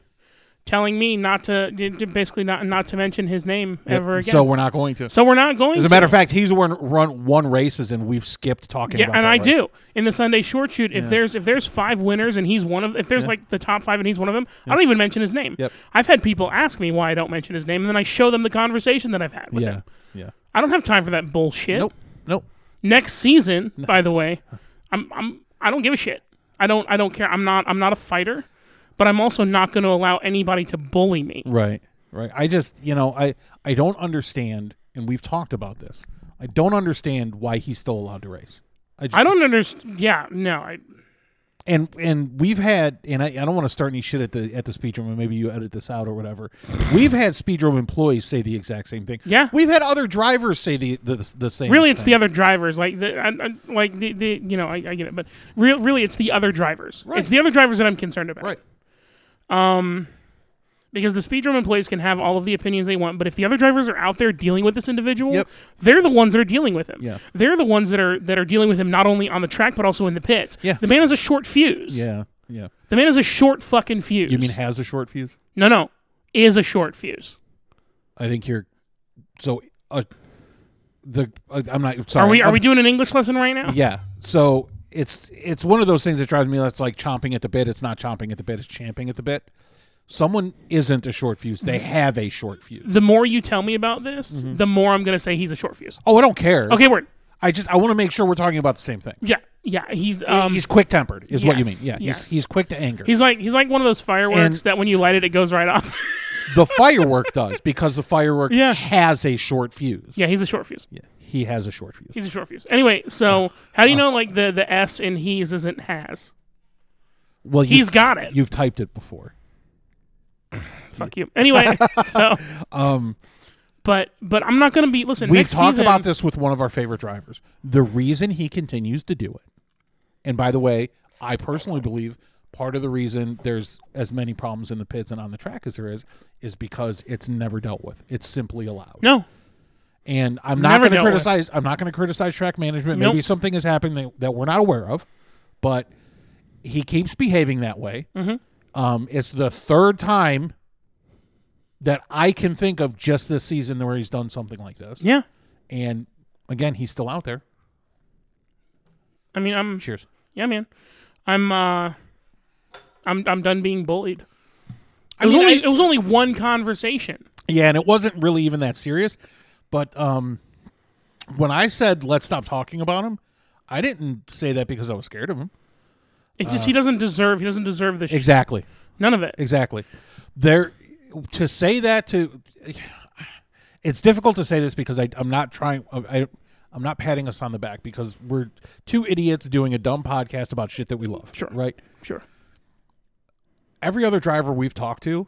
telling me not to d- d- basically not not to mention his name ever again.
So we're not going to.
So we're not going.
As a
to.
matter of fact, he's won run one races and we've skipped talking
Yeah,
about
and
that
I
race.
do in the Sunday short shoot. If there's if there's five winners and he's one of if there's like the top five and he's one of them, I don't even mention his name.
Yep.
I've had people ask me why I don't mention his name, and then I show them the conversation that I've had with
Yeah.
him.
Yeah.
I don't have time for that bullshit.
Nope. Nope.
Next season, by the way, I'm I'm I don't give a shit. I don't I don't care. I'm not I'm not a fighter, but I'm also not going to allow anybody to bully me.
Right. Right. I just, you know, I I don't understand and we've talked about this. I don't understand why he's still allowed to race. just,
I don't understand. Yeah, no, I
and and we've had and I, I don't want to start any shit at the at the speedroom and maybe you edit this out or whatever. We've had speedroom employees say the exact same thing.
Yeah.
We've had other drivers say the the, the same
really it's
thing.
the other drivers like the I, I, like the, the you know I, I get it but real really it's the other drivers
Right.
it's the other drivers that i'm concerned about
Right.
because the speedrun employees can have all of the opinions they want but if the other drivers are out there dealing with this individual
Yep.
they're the ones that are dealing with him
Yeah.
they're the ones that are that are dealing with him not only on the track but also in the pits
Yeah.
the man has a short fuse
Yeah. Yeah.
the man has a short fucking fuse
You mean has a short fuse?
no no is a short fuse
I think you're so uh, the uh, I'm not sorry.
are we are
I'm-
we doing an english lesson right now
Yeah. So it's it's one of those things that drives me nuts like chomping at the bit. It's not chomping at the bit, it's champing at the bit. Someone isn't a short fuse. They have a short fuse.
the more you tell me about this
Mm-hmm.
the more i'm going to say he's a short fuse
Oh, I don't care.
okay word
I just I want to make sure we're talking about the same thing.
yeah yeah he's um
he's quick tempered, is what you mean.
yes,
Yeah.
yes.
He's he's quick to anger.
He's like he's like one of those fireworks
And-
that when you light it, it goes right off.
the firework does because the firework
Yeah.
has a short fuse.
yeah, he's a short fuse.
Yeah. He has a short fuse.
He's a short fuse. Anyway, so how do you know like the the S in he's isn't has?
well, you
He's got it.
you've typed it before.
Fuck you. Anyway, so
Um
but but I'm not gonna be listen.
We've
next
talked
season,
about this with one of our favorite drivers. The reason he continues to do it, and by the way, I personally believe part of the reason there's as many problems in the pits and on the track as there is, is because it's never dealt with. It's simply allowed.
No,
And I'm not
never
going to
dealt with.
criticize. I'm not going to criticize track management. Maybe
Nope.
something is happening that, that we're not aware of, but he keeps behaving that way.
Mm-hmm.
Um, it's the third time that I can think of just this season where he's done something like this.
yeah.
And again, he's still out there.
I mean I'm
Cheers.
yeah man. I'm uh I'm I'm done being bullied. It
I
was
mean,
only
I-
it was only one conversation.
yeah, and it wasn't really even that serious, but um, when I said let's stop talking about him, I didn't say that because I was scared of him.
It just
Uh.
he doesn't deserve he doesn't deserve this. shit.
Exactly.
None of it.
Exactly. There to say that to it's difficult to say this because I, I'm not trying. I, I'm not patting us on the back because we're two idiots doing a dumb podcast about shit that we love.
Sure.
Right.
Sure.
Every other driver we've talked to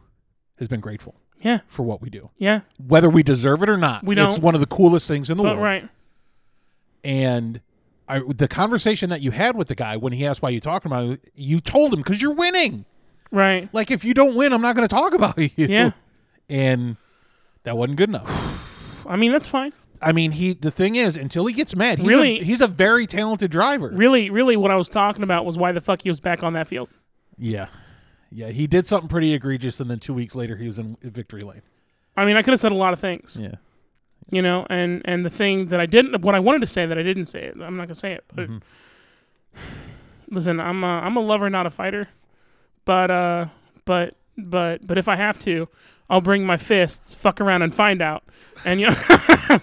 has been grateful
Yeah.
for what we do.
Yeah.
whether we deserve it or not.
We
It's
don't.
one of the coolest things in the
But
world.
right.
And I, the conversation that you had with the guy when he asked why you talking about it, you told him because you're winning.
Right.
Like if you don't win, I'm not going to talk about you.
Yeah.
And that wasn't good enough.
I mean that's fine.
I mean, he the thing is, until he gets mad, he's
Really?
a, he's a very talented driver.
really, really, what I was talking about was why the fuck he was back on that field.
Yeah, yeah. He did something pretty egregious, and then two weeks later, he was in victory lane.
I mean, I could have said a lot of things,
Yeah,
you know, and and the thing that I didn't, what I wanted to say that I didn't say it. I'm not gonna say it. But
Mm-hmm.
listen, I'm a, I'm a lover, not a fighter. But uh, but but but if I have to, I'll bring my fists, fuck around, and find out. And you know,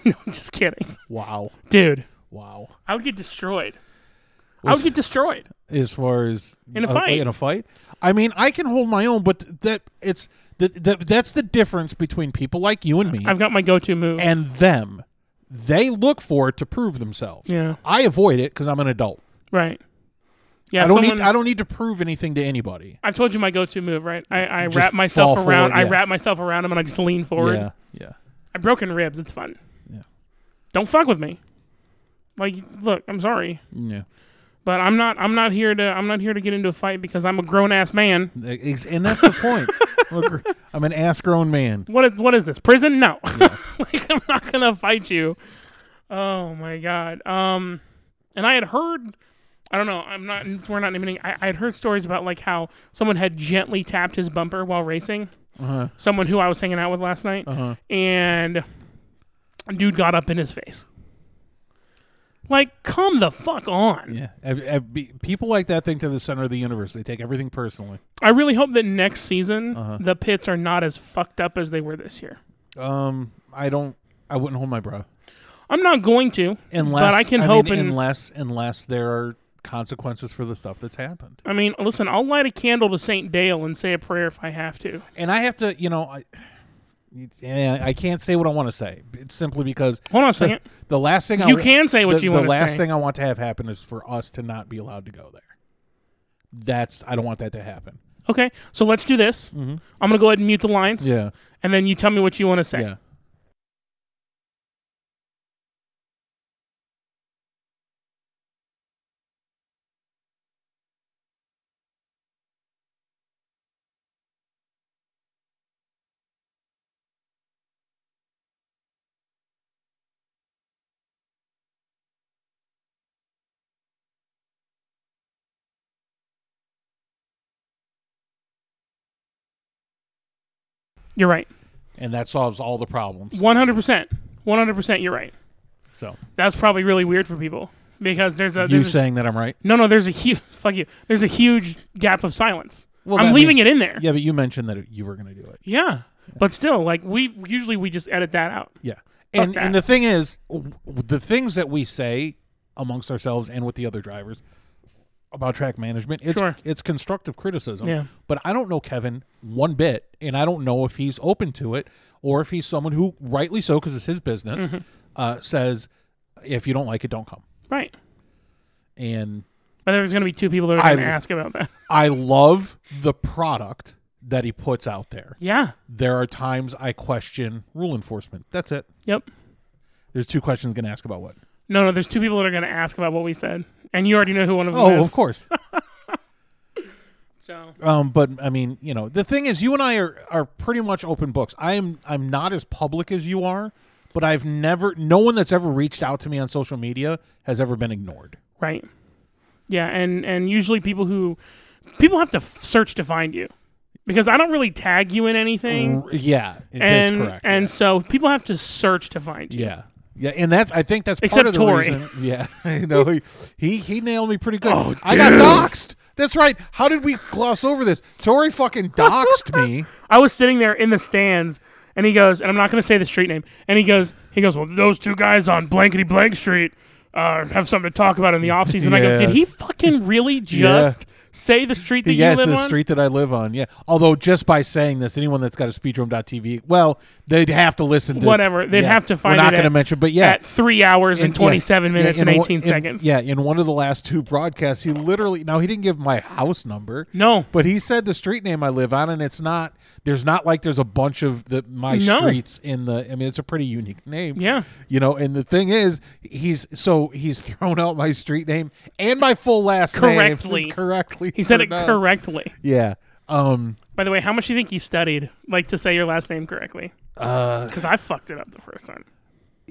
no, I'm just kidding,
wow,
dude.
wow.
I would get destroyed. I would get destroyed.
as far as uh,
In a fight.
In a fight, I mean, I can hold my own, but that it's that, that that's the difference between people like you and me
I've got my go-to move.
and them. They look for it to prove themselves.
Yeah.
I avoid it because I'm an adult.
Right. Yeah,
I don't
someone,
need. I don't need to prove anything to anybody.
I've told you my go-to move, right? I, I
Just
wrap myself
fall
around.
forward,
I
yeah.
wrap myself around him, and I just lean forward.
Yeah, yeah.
I've broken ribs. It's fun.
Yeah.
Don't fuck with me. Like, look, I'm sorry,
Yeah.
but I'm not. I'm not here to. I'm not here to get into a fight because I'm a grown ass man.
Ex- And that's the point. I'm a gr- I'm an ass grown man.
What is what is this prison? No, like I'm not gonna fight you. Oh my god. Um, and I had heard, I don't know, I'm not. We're not naming. I, I had heard stories about like how someone had gently tapped his bumper while racing.
Uh-huh.
Someone who I was hanging out with last night,
Uh-huh.
and a dude got up in his face. Like, come the fuck on.
Yeah. I- I- be- people like that think they're the center of the universe. They take everything personally.
I really hope that next season
Uh-huh.
the pits are not as fucked up as they were this year.
Um, I don't. I wouldn't hold my breath
I'm not going to,
unless
but I can
mean,
hope and
unless unless there are consequences for the stuff that's happened.
I mean, listen, I'll light a candle to Saint Dale and say a prayer if I have to.
And I have to, you know, I yeah, I can't say what I want to say. It's simply because
Hold on a second.
the last thing I
You
wa-
can say what
the,
you
the
want to
last
say.
thing I want to have happen is for us to not be allowed to go there. That's I don't want that to happen.
Okay, so let's do this.
Mm-hmm.
I'm gonna go ahead and mute the lines,
Yeah.
and then you tell me what you want to say.
Yeah.
You're right.
And that solves all the problems.
100. percent 100. percent You're right.
So
That's probably really weird for people because there's a
you
there's a-
saying that I'm right?
no no there's a huge fuck you there's a huge gap of silence.
Well,
I'm
that
leaving
mean-
it in there.
Yeah, but you mentioned that you were going to do it.
Yeah. But still, like we usually we just edit that out.
Yeah. And
that.
and the thing is, w- the things that we say amongst ourselves and with the other drivers about track management, it's
Sure.
it's constructive criticism.
Yeah.
But I don't know Kevin one bit, and I don't know if he's open to it or if he's someone who, rightly so, because it's his business,
Mm-hmm.
uh, says, "If you don't like it, don't come."
Right.
And
But there's gonna be two people that are
I-
gonna ask about that.
I love the product that he puts out there.
Yeah.
There are times I question rule enforcement. That's it.
Yep.
There's two questions going to ask about what.
No, no, there's two people that are going to ask about what we said, and you already know who one of them
Oh,
is.
of course.
So
Um, but I mean, you know, the thing is, you and I are are pretty much open books. I am I'm not as public as you are, but I've never no one that's ever reached out to me on social media has ever been ignored.
right, yeah, and and usually people who people have to f- search to find you because I don't really tag you in anything,
R- Yeah,
and
it- Mm. that's correct.
and so people have to search to find you.
yeah. yeah. Yeah, and that's I think that's
Except
part of the
Tory.
reason. Yeah, I know he, he he nailed me pretty good.
Oh,
I got
dude.
doxxed. That's right. How did we gloss over this? Tory fucking doxxed me.
I was sitting there in the stands, and he goes, and I'm not going to say the street name, and he goes, he goes, well, those two guys on blankety blank street uh, have something to talk about in the off season. I go,
Yeah.
did he fucking really just say the street that
Yeah,
you
it's
live
the
on?
street that I live on. Yeah. Although just by saying this, anyone that's got a speedroom.tv, well, they'd have to listen to
Whatever. They'd
Yeah.
have to find
We're not
it
going to
at-
mention, but yeah.
at three hours and,
yeah,
27
yeah,
minutes
in
and
one-
18
in-
seconds.
Yeah, in one of the last two broadcasts, he literally now he didn't give my house number.
No.
But he said the street name I live on, and it's not there's not like there's a bunch of the my
No.
streets in the I mean it's a pretty unique name.
Yeah.
You know, and the thing is, he's so he's thrown out my street name and my full last
Correctly.
name correctly.
He said it
correctly.
correctly.
Yeah. Um
By the way, how much do you think you studied, like, to say your last name correctly?
uh
Because I fucked it up the first time.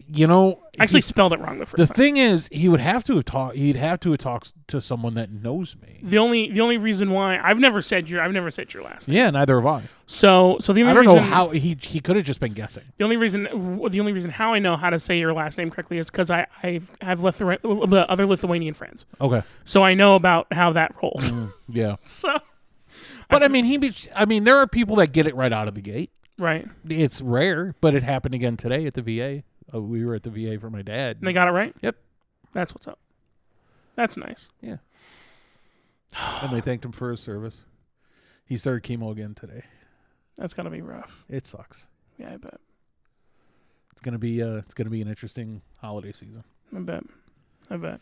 you know
I actually
he-
spelled it wrong the first
the
time.
thing is he would have to have talked he'd have to have talked to someone that knows me.
the only the only reason why I've never said your I've never said your last name.
Yeah, neither have I.
So so the only
I don't
reason
know how he he could have just been guessing.
the only reason the only reason how I know how to say your last name correctly is because I I've, have Lithua- the other Lithuanian friends,
Okay.
so I know about how that rolls.
Mm. Yeah.
So
But I mean he be, I mean there are people that get it right out of the gate.
right, and
It's rare, but it happened again today at the VA. Uh, we were at the VA for my dad.
they got it right.
yep.
That's what's up. That's nice.
Yeah. and they thanked him for his service. He started chemo again today.
That's gotta be rough.
It sucks.
Yeah, I bet.
It's going to be uh it's going to be an interesting holiday season.
I bet. I bet.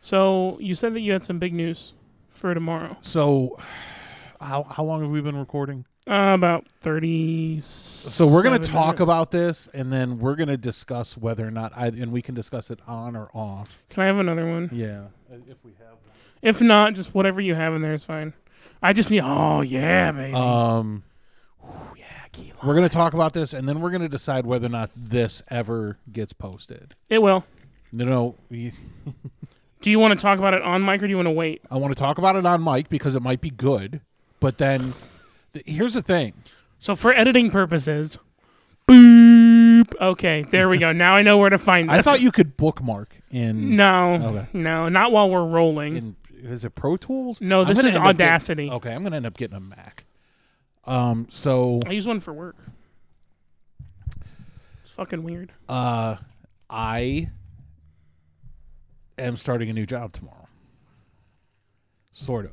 So you said that you had some big news for tomorrow.
So, how how long have we been recording?
Uh, about thirty.
So we're gonna talk about this, and then we're gonna discuss whether or not I and we can discuss it on or off.
Can I have another one?
Yeah, uh, if we have.
If not, just whatever you have in there is fine. I just need. Oh yeah, baby.
Um,
Ooh, yeah, key lime.
we're gonna talk about this, and then we're gonna decide whether or not this ever gets posted.
It will.
No, no, we-
Do you want to talk about it on mic or do you want to wait?
I want to talk about it on mic because it might be good, but then th- here's the thing.
So for editing purposes, boop. Okay, there we go. Now I know where to find.
I
this.
thought you could bookmark in
No,
Okay.
no, not while we're rolling.
in is it Pro Tools?
No,
I'm
this
gonna
is
end up getting-
Audacity.
okay, I'm gonna end up getting a Mac. Um, so
I use one for work. It's fucking weird.
uh, I am starting a new job tomorrow. Sort of.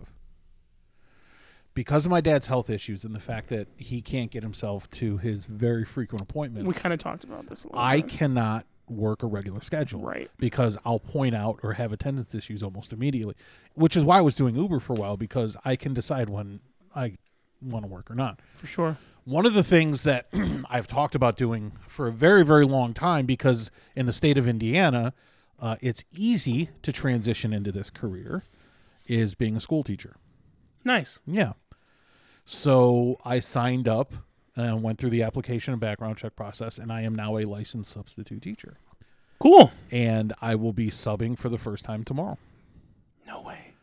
Because of my dad's health issues and the fact that he can't get himself to his very frequent appointments,
We kind of talked about this. A little
I
bit.
cannot work a regular schedule.
Right.
Because I'll point out or have attendance issues almost immediately, which is why I was doing Uber for a while because I can decide when I want to work or not.
for sure.
One of the things that I've talked about doing for a very, very long time because in the state of Indiana, uh, it's easy to transition into this career is being a school teacher.
Nice.
Yeah. So I signed up and went through the application and background check process, and I am now a licensed substitute teacher.
Cool.
And I will be subbing for the first time tomorrow.
No way.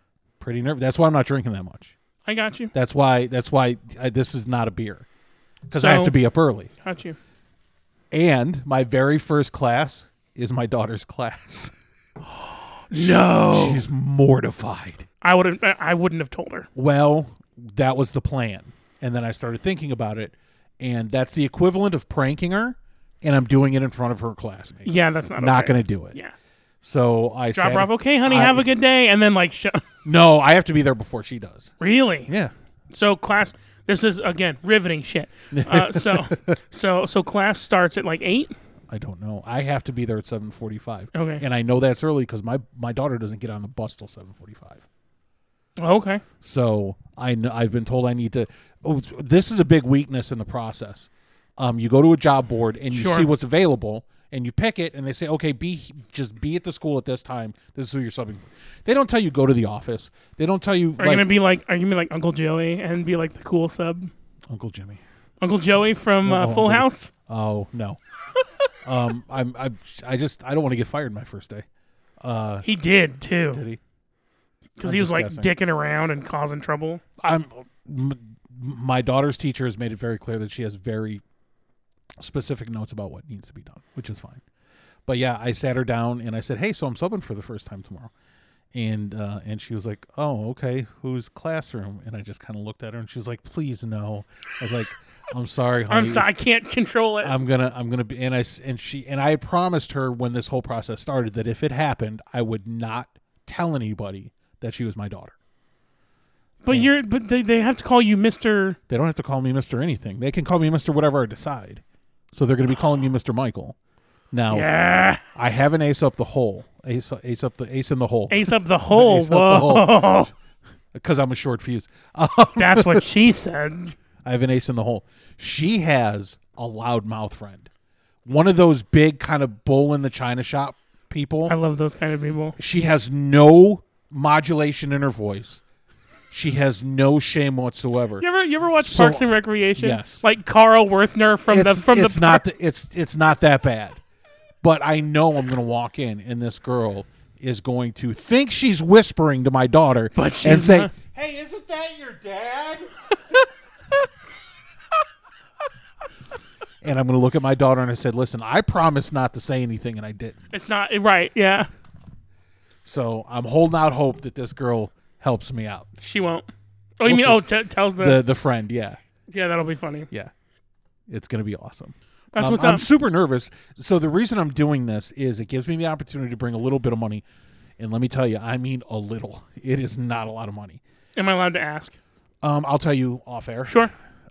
Pretty nervous. That's why I'm not drinking that much.
I got you.
That's why. That's why I, this is not a beer because I have
So-
to be up early.
Got you.
And my very first class is my daughter's class.
No.
She's mortified.
I would have. I wouldn't have told her.
Well, that was the plan. And then I started thinking about it, and that's the equivalent of pranking her, and I'm doing it in front of her classmates.
Yeah, that's not.
Not
okay.
going to do it.
Yeah.
So I
Drop
said,
her off. Okay, honey.
I-
have a good day. And then like, sh-
No, I have to be there before she does.
really.
Yeah.
So class. This is again riveting shit. Uh, so, so, so class starts at like eight.
I don't know. I have to be there at 7:45.
Okay.
And I know that's early because my my daughter doesn't get on the bus till 7:45. Oh,
Okay.
So I know, I've been told I need to. Oh, this is a big weakness in the process. Um, you go to a job board and you
Sure.
see what's available and you pick it, and they say, okay, be just be at the school at this time. This is who you're subbing for. They don't tell you go to the office. They don't tell you
Are you
like
gonna be like? Are you gonna be like Uncle Joey and be like the cool sub?
Uncle Jimmy.
Uncle Joey from
No,
uh,
Uncle-
Full House.
Oh no. um, I'm I I just I don't want to get fired my first day. Uh,
He did
did
too,
he?
because
I'm
he was
just
like
guessing.
dicking around and causing trouble.
I'm m- my daughter's teacher has made it very clear that she has very specific notes about what needs to be done, which is fine. But yeah, I sat her down and I said, "Hey, so I'm subbing for the first time tomorrow," and uh, and she was like, "Oh, okay, whose classroom?" And I just kind of looked at her and she was like, "Please, no." I was like, "I'm sorry, honey.
I'm sorry, I can't control it.
I'm gonna I'm gonna be and I s- and she and I had promised her when this whole process started that if it happened, I would not tell anybody that she was my daughter.
but you're, but they, they have to call you Mister.
They don't have to call me Mr. anything. They can call me Mr. whatever I decide. So they're going to be calling me Mr. Michael. Now,
Yeah,
I have an ace up the hole. Ace, ace up the ace in the hole
ace up the hole.
Ace up
Whoa,
the hole. because I'm a short fuse. Um,
that's what she said.
I have an ace in the hole. She has a loud mouth friend. One of those big kind of bull in the china shop people.
I love those kind of people.
She has no modulation in her voice. She has no shame whatsoever.
You ever, you ever watch
So-
Parks and Recreation?
Yes.
Like Carl Werthner from the
it's,
from
it's
the
not th- it's it's not that bad but i know i'm gonna walk in and this girl is going to think she's whispering to my daughter
But
and
she's
say
not.
hey isn't that your dad and i'm gonna look at my daughter and i said listen i promised not to say anything and i didn't
It's not right. Yeah,
so i'm holding out hope that this girl helps me out
she won't. Oh, you mean oh
We'll
t- tells the,
the the friend yeah
yeah that'll be funny.
yeah it's gonna be awesome
That's
Um,
what's
I'm
up.
super nervous. So the reason I'm doing this is it gives me the opportunity to bring a little bit of money, and let me tell you, I mean a little. It is not a lot of money.
Am I allowed to ask?
Um, I'll tell you off air.
Sure.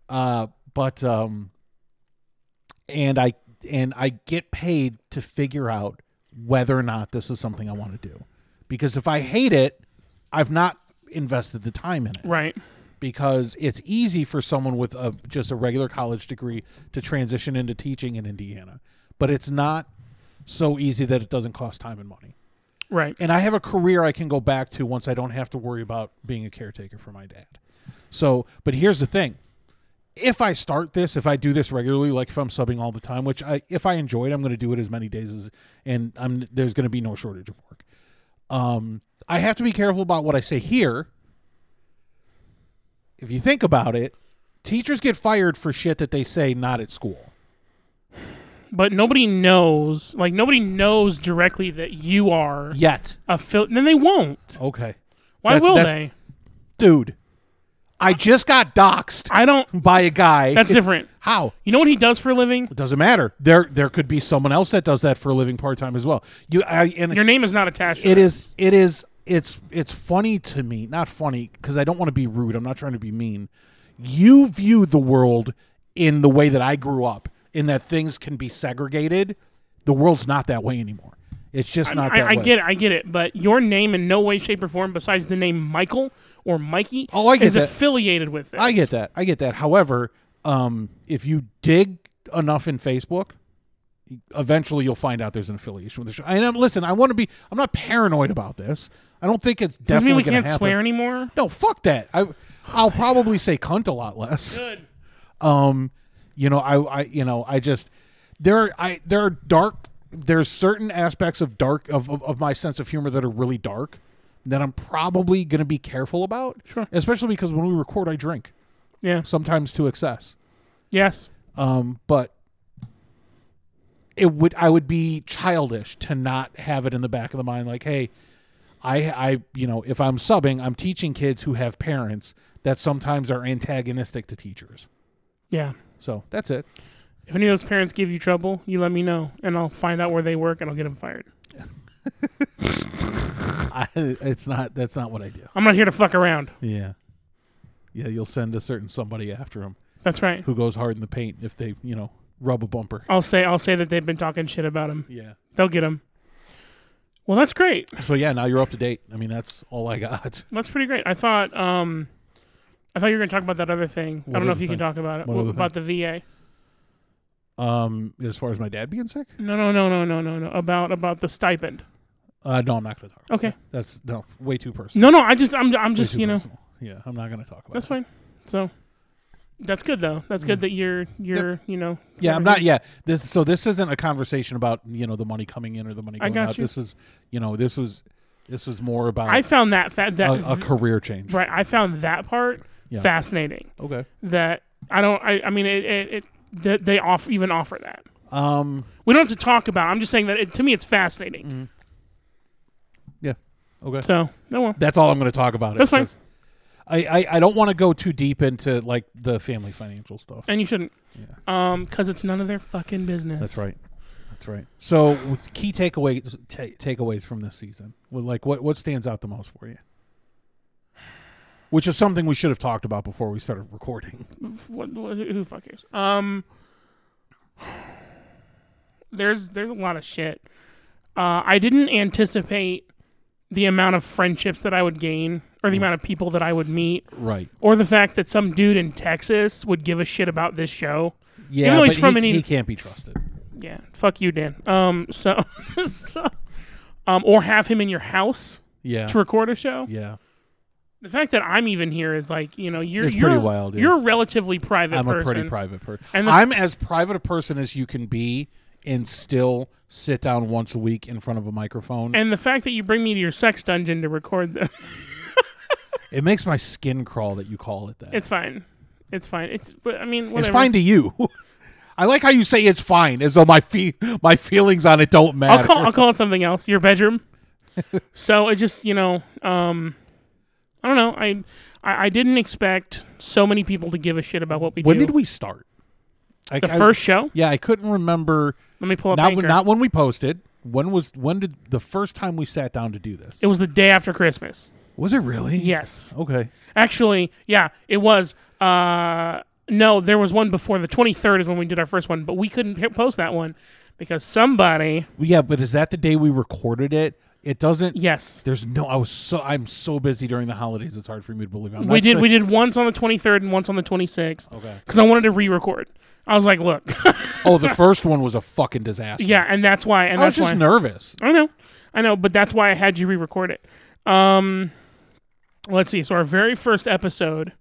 Uh, but um, and I and I get paid to figure out whether or not this is something I want to do, because if I hate it, I've not invested the time in it
Right.
because it's easy for someone with a just a regular college degree to transition into teaching in Indiana, but it's not so easy that it doesn't cost time and money.
Right.
And I have a career I can go back to once I don't have to worry about being a caretaker for my dad. So, but here's the thing. If I start this, if I do this regularly, like if I'm subbing all the time, which I if I enjoy it, I'm going to do it as many days as and I'm there's going to be no shortage of work. Um I have to be careful about what I say here. If you think about it, teachers get fired for shit that they say not at school.
But nobody knows. Like nobody knows directly that you are
Yet.
a fil- Then they won't.
Okay.
Why
That's-
will
that's-
they?
Dude, I just got doxxed.
I don't.
by a guy.
That's different.
How?
You know what he does for a living?
It doesn't matter. There there could be someone else that does that for a living part time as well. You I, and
Your name is not attached. to
it is it is it's it's funny to me. Not funny because I don't want to be rude. I'm not trying to be mean. You view the world in the way that I grew up, in that things can be segregated. The world's not that way anymore. It's just not that
I, I
way.
get it. I get it. But your name, in no way, shape, or form, besides the name Michael or Mikey,
Oh, I get
is
that.
affiliated with this.
I get that. I get that. However, um, if you dig enough in Facebook, eventually you'll find out there's an affiliation with the show. And I'm, listen, I want to be. I'm not paranoid about this. I don't think it's
Doesn't mean
definitely
we
going
can't
to happen.
swear anymore.
No, fuck that. I, I'll probably say cunt a lot less.
Good.
Um, you know, I, I, you know, I just there, are, I there are dark. There's certain aspects of dark of, of of my sense of humor that are really dark that I'm probably going to be careful about.
Sure.
Especially because when we record, I drink
Yeah.
sometimes to excess.
Yes.
Um, but it would I would be childish to not have it in the back of the mind like, hey, I I you know, if I'm subbing, I'm teaching kids who have parents that sometimes are antagonistic to teachers.
Yeah.
So that's it.
If any of those parents give you trouble, you let me know, and I'll find out where they work, and I'll get them fired.
I, it's not that's not what I do.
I'm not here to fuck around.
Yeah. Yeah, you'll send a certain somebody after him
That's right.
who goes hard in the paint if they, you know, rub a bumper.
I'll say I'll say that they've been talking shit about him.
Yeah.
They'll get him. Well, that's great.
So yeah, now you're up to date. I mean, that's all I got.
That's pretty great. I thought um, I thought you were gonna talk about that other thing. I
What
don't know
other
if you
thing?
can talk about it
What
Wh-
other thing?
about the VA.
Um, as far as my dad being sick,
No, no, no, no, no, no, no. About about the stipend.
Uh, no, I'm not going to talk. about
Okay.
that. That's no way too personal.
No, no. I just I'm I'm
Way
just
too
you know
personal. Yeah, I'm not going to talk about.
that's
that.
fine. So that's good though. That's good that you're you're you know
Mm. Yeah, I'm not. Yeah, this. So this isn't a conversation about you know the money coming in or the money
I
going
got
out.
you.
This is you know this was this was more about
I found that fa- that
a, a career change.
right. I found that part
Yeah.
fascinating.
Okay.
that I don't. I, I mean, it, it, it that they off even offer that.
Um.
We don't have to talk about. It. I'm just saying that it, to me, it's fascinating.
Mm. Yeah. Okay.
So no well.
That's all I'm going to talk about.
That's fine.
because I I, I don't want to go too deep into like the family financial stuff.
and you shouldn't, Um, 'cause because it's none of their fucking business.
That's right. That's right. So with key takeaways ta takeaways from this season, Well, like what what stands out the most for you? Which is something we should have talked about before we started recording.
What, what, who fuck cares? Um, there's there's a lot of shit. Uh, I didn't anticipate the amount of friendships that I would gain, or
Mm.
the amount of people that I would meet,
Right.
or the fact that some dude in Texas would give a shit about this show.
Yeah,
Even though
but
he's from
he,
an-
he can't be trusted.
Yeah, fuck you, Dan. Um, so, so, um, or have him in your house
Yeah.
to record a show.
Yeah.
The fact that I'm even here is like, you know, you're
It's
you're
pretty wild, yeah.
you're a relatively private.
I'm a
person.
pretty private person.
And the-
I'm as private a person as you can be and still sit down once a week in front of a microphone.
And the fact that you bring me to your sex dungeon to record the,
it makes my skin crawl that you call it that.
it's fine, it's fine. It's but I mean,
It's
whatever.
fine to you. I like how you say it's fine, as though my fe- my feelings on it don't matter.
I'll call I'll call it something else. Your bedroom. so it just you know, um, I don't know. I, I I didn't expect so many people to give a shit about what we
when
do.
did we start? I,
the
I-
first show?
yeah, I couldn't remember.
Let me pull up.
Not
Anchor.
when, not when we posted. When was when did the first time we sat down to do this?
It was the day after Christmas.
was it really?
Yes.
Okay.
Actually, yeah, it was. Uh, no, there was one before. The 23rd is when we did our first one, but we couldn't hit- post that one because somebody.
Well, Yeah, but is that the day we recorded it It doesn't.
Yes.
There's no. I was so. I'm so busy during the holidays. It's hard for me to believe. I'm
we
not
did
saying-
we did once on the 23rd and once on the 26th
Okay.
because I wanted to re-record. I was like, look,
Oh, the first one was a fucking disaster.
yeah, and that's why, and
I was
that's
just
why.
nervous.
I know, I know, but that's why I had you re-record it. Um, let's see. So our very first episode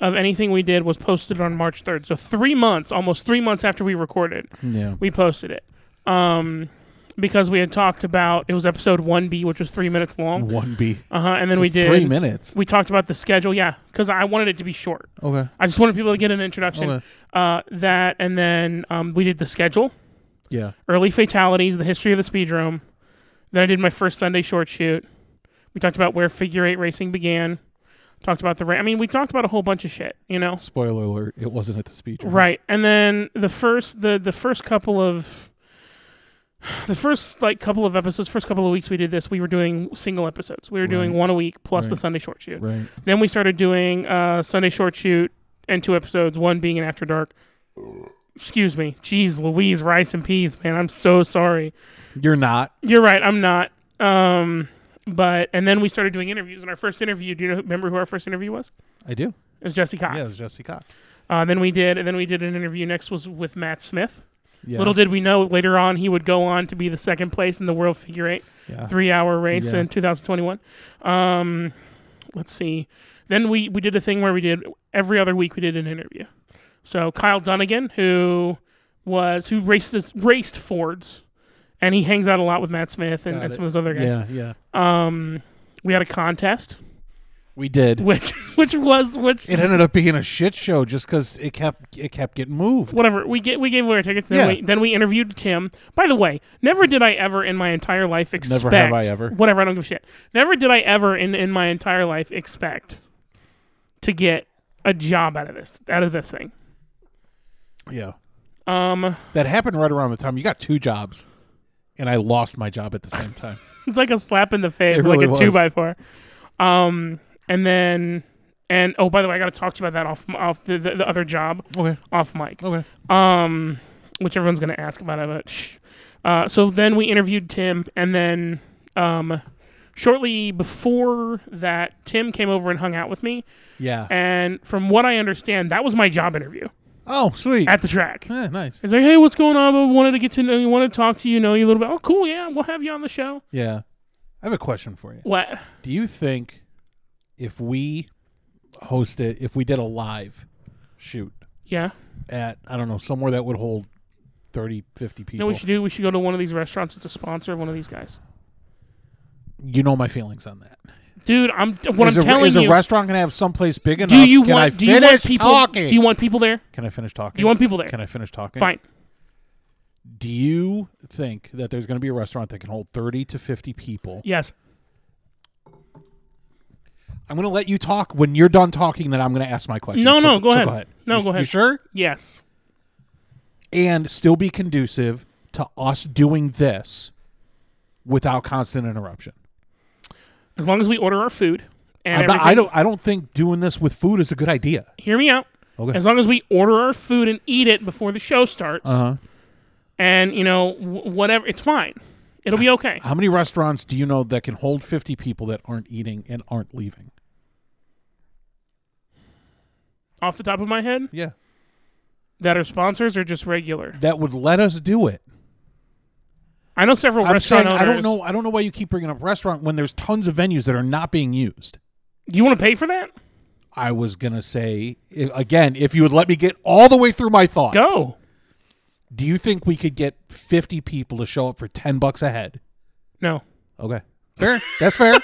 of anything we did was posted on March 3rd. So three months, almost three months after we recorded,
Yeah.
we posted it. Um, because we had talked about it was episode 1B, which was three minutes long.
One B.
Uh huh. And then we did
Three minutes.
We talked about the schedule, yeah, because I wanted it to be short.
Okay.
I just wanted people to get an introduction.
Okay.
Uh, that and then um, we did the schedule,
Yeah.
early fatalities, the history of the speed room. Then I did my first Sunday short shoot. We talked about where figure eight racing began. Talked about the ra- I mean, we talked about a whole bunch of shit, you know.
Spoiler alert. It wasn't at the speech.
Right. And then the first the the first couple of the first like couple of episodes, first couple of weeks we did this, we were doing single episodes. We were doing
Right.
one a week plus the
Right.
Sunday short shoot.
Right.
Then we started doing uh, Sunday short shoot and two episodes, one being an after dark. Excuse me. Jeez, Louise, rice and peas, man. I'm so sorry.
You're not.
You're right. I'm not. Um, but and then we started doing interviews. And our first interview, do you know, remember who our first interview was?
I do.
It was Jesse Cox.
Yeah, it was Jesse Cox.
Uh, then we did, and then we did an interview. Next was with Matt Smith.
Yeah.
Little did we know, later on, he would go on to be the second place in the world figure eight
yeah.
three hour race
Ah, Yeah.
in 2021. Um, let's see. Then we, we did a thing where we did every other week we did an interview. So Kyle Dunnigan, who was who raced this, raced Fords, and he hangs out a lot with Matt Smith and,
Got
and
it.
some of those other guys.
Yeah. Yeah.
Um, we had a contest,
We did.
which which was which
It ended up being a shit show just because it kept it kept getting moved.
whatever we get we gave away our tickets. Then
Yeah.
we then we interviewed Tim. By the way, never did I ever in my entire life expect.
have I ever.
Whatever. I don't give a shit. Never did I ever in in my entire life expect to get a job out of this out of this thing.
Yeah.
Um,
That happened right around the time you got two jobs, and I lost my job at the same time.
it's like a slap in the face,
It
like
really
a two
was.
by four. Um, and then and oh, by the way, I got to talk to you about that off off the, the, the other job
okay.
off mic.
Okay.
um, which everyone's going to ask about it. But shh. Uh, so then we interviewed Tim, and then um, shortly before that, Tim came over and hung out with me.
Yeah.
And from what I understand, that was my job interview
Oh, sweet.
at the track.
Eh, nice.
He's like, "Hey, what's going on? I wanted to get to know you. Wanted to talk to you, know you a little bit. Oh, cool. Yeah, we'll have you on the show.
Yeah. I have a question for you.
What?
Do you think if we hosted, if we did a live shoot
Yeah.
at, I don't know, somewhere that would hold 30, 50
You
people,
know what we should do? We should go to one of these restaurants. that's a sponsor of one of these guys,
you know my feelings on that.
dude. I'm what
is
I'm
a,
telling
is
you.
a restaurant going to have someplace big enough?
do you
Can
want?
I
Do you want
finish
people?
talking?
Do you want people there?
Can I finish talking?
Do you want people there?
Can I finish talking?
Fine.
Do you think that there's going to be a restaurant that can hold 30 to 50 people?
Yes.
I'm going to let you talk. When you're done talking, then I'm going to ask my question.
No,
So-
no, go
so
ahead.
Go ahead.
No,
You-
go
You
ahead.
sure?
Yes.
and still be conducive to us doing this without constant interruption.
As long as we order our food and
I'm not- I
everything-
don't. I don't think doing this with food is a good idea.
hear me out.
Okay.
As long as we order our food and eat it before the show starts,
Uh-huh.
and you know w- whatever, it's fine. It'll be okay.
How many restaurants do you know that can hold 50 people that aren't eating and aren't leaving?
Off the top of my head,
Yeah,
that are sponsors or just regular.
that would let us do it.
I know several
I'm
restaurant
saying I
owners.
don't know. I don't know why you keep bringing up restaurant when there's tons of venues that are not being used.
You want to pay for that?
I was gonna say i- again, if you would let me get all the way through my thought,
Go.
do you think we could get 50 people to show up for 10 bucks a head?
No.
Okay. Fair. That's fair.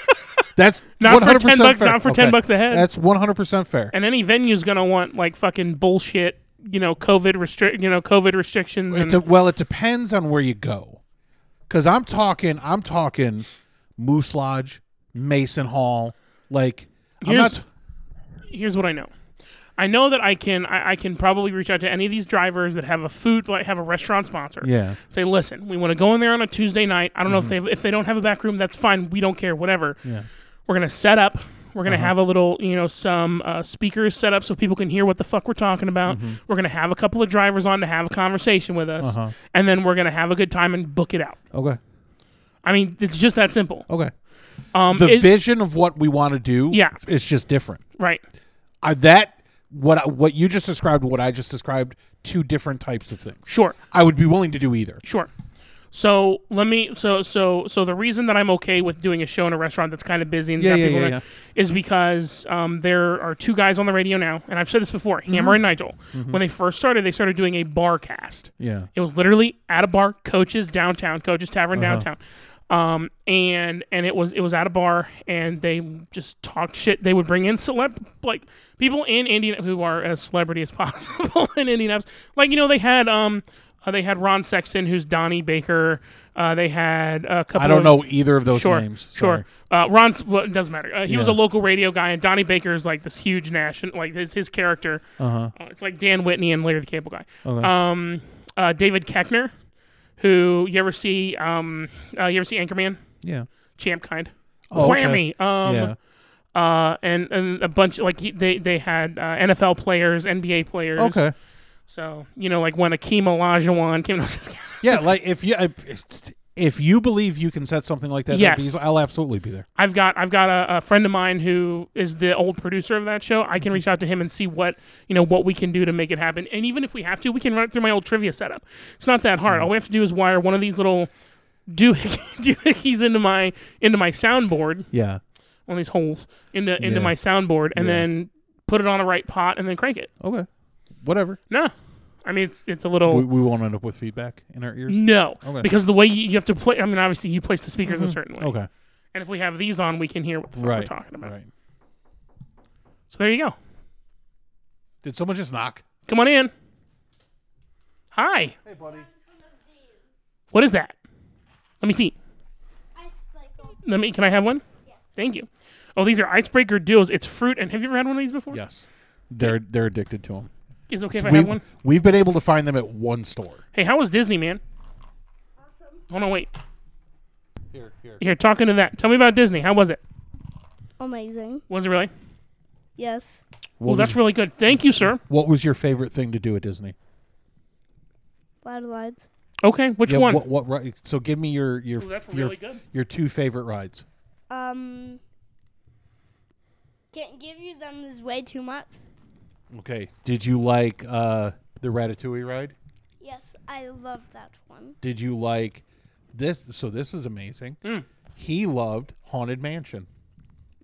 That's
Not for
100%
10 bucks-
fair.
not for 10 bucks a head.
That's 100% fair.
And any venue's gonna want like fucking bullshit. You know, COVID restrict. You know, COVID restrictions.
It
And,
de- well, it depends on where you go. Cuz I'm talking I'm talking Moose Lodge, Mason Hall, like I'm
Here's-
not
here's what I know. I know that I can. I, I can probably reach out to any of these drivers that have a food, like have a restaurant sponsor.
Yeah.
Say, listen, we want to go in there on a Tuesday night. I don't know if they if they don't have a back room, that's fine. We don't care. Whatever.
Mm-hmm. Yeah. Uh-huh.
We're gonna set up. We're gonna have a little, you know, some uh, speakers set up so people can hear what the fuck we're talking about. We're gonna have a couple of drivers on to have a conversation with us,
Mm-hmm. Uh-huh.
and then we're gonna have a good time and book it out.
Okay.
I mean, it's just that simple.
Okay.
Um,
The
it-
vision of what we want to do
Yeah.
is just different.
right.
I, that what I, what you just described, what I just described, two different types of things.
Sure.
I would be willing to do either.
Sure. So let me. So so so the reason that I'm okay with doing a show in a restaurant that's kind of busy and
Yeah,
got
yeah,
people
yeah,
in it is because um, there are two guys on the radio now, and I've said this before,
Mm-hmm.
Hammer and Nigel. When they first started, they started doing a bar cast.
Yeah.
It was literally at a bar, Coach's downtown, Coach's Tavern
Uh-huh.
downtown, um, and and it was it was at a bar, and they just talked shit. They would bring in celeb like people in Indiana who are as celebrity as possible in Indianapolis. Like you know they had um uh, they had Ron Sexton who's Donnie Baker. Uh, they had a couple.
I don't
of-
know either of those
Sure,
names. Sorry.
sure. Uh, Ron's well, it doesn't matter. Uh, he was a
Yeah.
local radio guy, and Donnie Baker is like this huge national, like his his character. Uh-huh. it's like Dan Whitney and Larry the Cable Guy.
Okay.
Um, uh, David Keckner, who you ever see, um, uh, you ever see Anchorman,
Yeah.
Champ kind,
Oh, okay.
whammy. Um,
yeah.
uh, and and a bunch like he, they they had uh, NFL players, NBA players.
Okay.
So you know, like when Akeem Olajuwon came.
Yeah. Like if you if you believe you can set something like that, up
Yes.
easily, I'll absolutely be there.
I've got I've got a, a friend of mine who is the old producer of that show. I
Mm-hmm.
can reach out to him and see what you know what we can do to make it happen. And even if we have to, we can run it through my old trivia setup. It's not that
Mm-hmm.
hard. All we have to do is wire one of these little doohic- doohickeys into my into my soundboard,
Yeah.
one of these holes into into
Yeah.
my soundboard, and
Yeah.
then put it on a right pot and then crank it.
Okay. Whatever.
No, I mean it's it's a little.
We, we won't end up with feedback in our ears.
no,
Okay. Mm-hmm.
because the way you, you have to play, I mean, obviously you place the speakers a certain way,
Okay.
and if we have these on, we can hear what the fuck we're
Right.
talking about.
Right.
So there you go.
Did someone just knock?
Come on in. Hi.
Hey, buddy.
What is that? Let me see.
I sparkle.
Let me. Can I have one? Thank you. Oh, these are icebreaker duos. It's fruit. And have you ever had one of these before?
Yes. They're they're addicted to them.
Is it okay if I
we,
have one?
We've been able to find them at one store.
Hey, how was Disney, man? Hold on, wait.
Here, here.
Here, talking to that. Tell me about Disney. How was it?
Amazing.
Was it really?
Yes.
Well,
What,
that's
was,
really good. Thank you, sir.
what was your favorite thing to do at Disney?
Bad lights.
Okay, which
Yeah,
one?
What, what ri- So give me your your
Ooh, that's
your,
really good.
your two favorite rides.
Um. Can't give you them is way too much.
Okay. Did you like uh, the Ratatouille ride?
Yes, I love that one.
Did you like this? So this is amazing. He loved Haunted Mansion.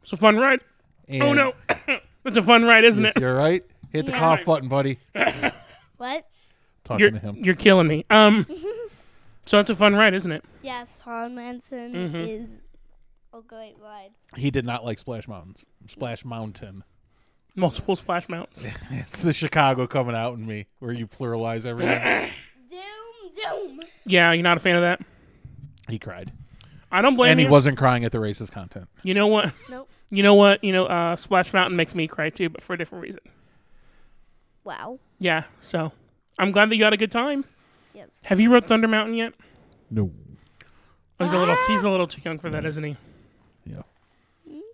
It's a fun ride.
And
Oh no, that's a fun ride, isn't it?
You're right. Hit the
Yeah.
cough button, buddy.
What?
Talking
You're
to him.
you're killing me. Um, so that's a fun ride, isn't it?
Yes, Haunted Mansion
Mm-hmm.
is a great ride.
He did not like Splash Mountains. Splash Mountain.
Multiple splash mounts.
It's the Chicago coming out in me, where you pluralize everything.
Doom, doom.
yeah, you're not a fan of that.
he cried,
I don't blame
and he
you.
wasn't crying at the racist content.
You know what?
Nope.
You know what? You know, uh, Splash Mountain makes me cry too, but for a different reason.
Wow.
Yeah. So I'm glad that you had a good time.
Yes.
Have you rode Thunder Mountain yet?
No.
Oh, he's a little. He's a little too young for that, isn't he?
Yeah.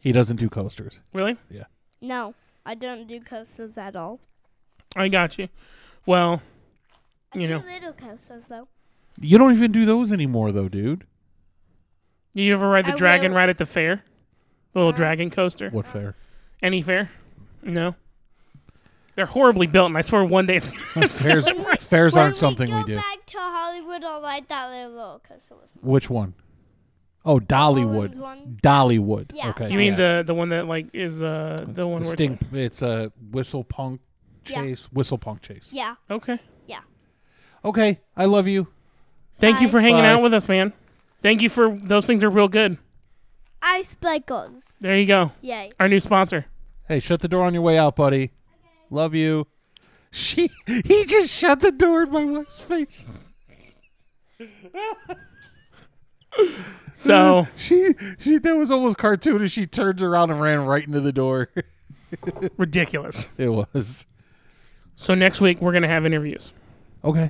He doesn't do coasters.
Really?
No, I don't do coasters at all.
I got you. Well,
I
You
do
know.
little coasters though.
You don't even do those anymore, though, dude.
do you ever ride the
I
dragon
will. Uh,
ride at the fair? The little dragon coaster.
What fair?
Any fair? No. They're horribly built, and I swear one day it's.
fairs fairs aren't
When
something
we
we,
go
do.
back to Hollywood, I'll ride that little roller coaster with me.
Which one? Oh, Dollywood.
Hollywood one.
Dollywood.
Yeah.
Okay.
you mean
yeah.
the the one that like is uh the one where
The
it's
sting? It's a whistle punk
Yeah.
chase. Whistle punk chase.
Yeah,
like- okay.
yeah.
Okay. I love you.
Thank you
Bye.
for hanging
Bye.
out with us, man. Thank you for those things are real good.
Ice sparkles.
There you go.
Yay.
Our new sponsor.
Hey, shut the door on your way out, buddy. Love you. She he just shut the door in my wife's face.
So
She she that was almost cartoonish. She turned around and ran right into the door.
ridiculous.
It was.
So next week we're gonna have interviews.
Okay.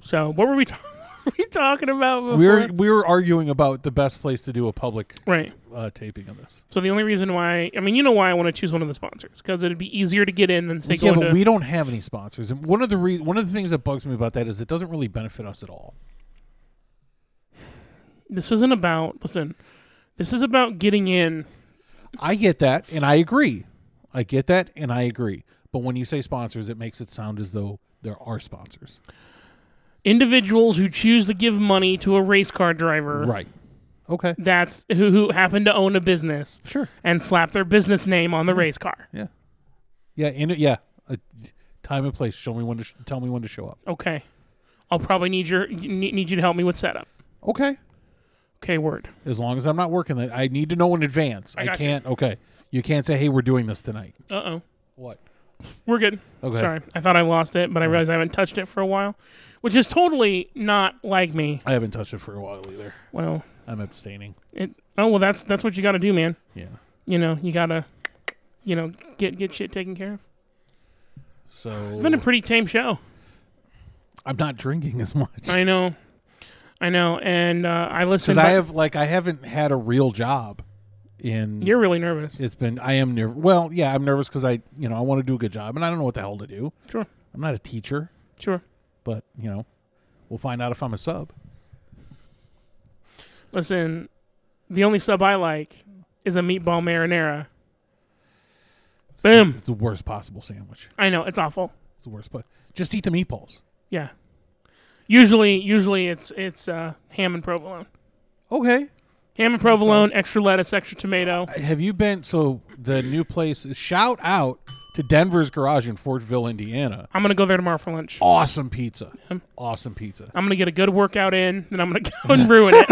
So what were we, ta- were we talking about? Before?
We were we were arguing about the best place to do a public
right.
uh, taping of this.
So the only reason why I mean you know why I want to choose one of the sponsors because it'd be easier to get in than say
Yeah,
going
but
to.
we don't have any sponsors, and one of the re- one of the things that bugs me about that is it doesn't really benefit us at all.
This isn't about listen. This is about getting in.
I get that, and I agree. I get that, and I agree. But when you say sponsors, it makes it sound as though there are sponsors.
Individuals who choose to give money to a race car driver
Right. Okay.
that's who, who happen to own a business
Sure.
and slap their business name
Mm-hmm.
on the race car.
Yeah. Yeah. In it, yeah. Uh, time and place. Show me when to sh- tell me when to show up.
Okay, I'll probably need your need need you to help me with setup.
Okay.
Okay, word.
As long as I'm not working, that I need to know in advance. I,
got you.
can't. Okay. You can't say, "Hey, we're doing this tonight."
Uh oh.
What?
We're good.
Okay.
Sorry. I thought I lost it, but I realized I haven't touched it for a while, which is totally not like me.
I haven't touched it for a while either.
Well,
I'm abstaining.
it Oh, well that's that's what you got to do, man.
Yeah.
You know, you got to you know, get get shit taken care of.
So
It's been a pretty tame show.
I'm not drinking as much
I know. I know. And uh, I listened
because I
but
have like I haven't had a real job in
You're really nervous.
it's been I am nervous. Well, yeah, I'm nervous because I you know I want to do a good job and I don't know what the hell to do.
Sure.
I'm not a teacher,
Sure.
but you know we'll find out if I'm a sub.
Listen, the only sub I like is a meatball marinara. Boom.
It's the worst possible sandwich.
I know it's awful.
It's the worst, but just eat the meatballs.
Yeah. Usually usually it's it's uh, ham and provolone.
Okay.
Ham and provolone, extra lettuce, extra tomato.
Have you been? So the new place. Shout out to Denver's Garage in Fortville, Indiana.
I'm gonna go there tomorrow for lunch.
Awesome pizza. Awesome pizza.
I'm gonna get a good workout in, then I'm gonna go and ruin it.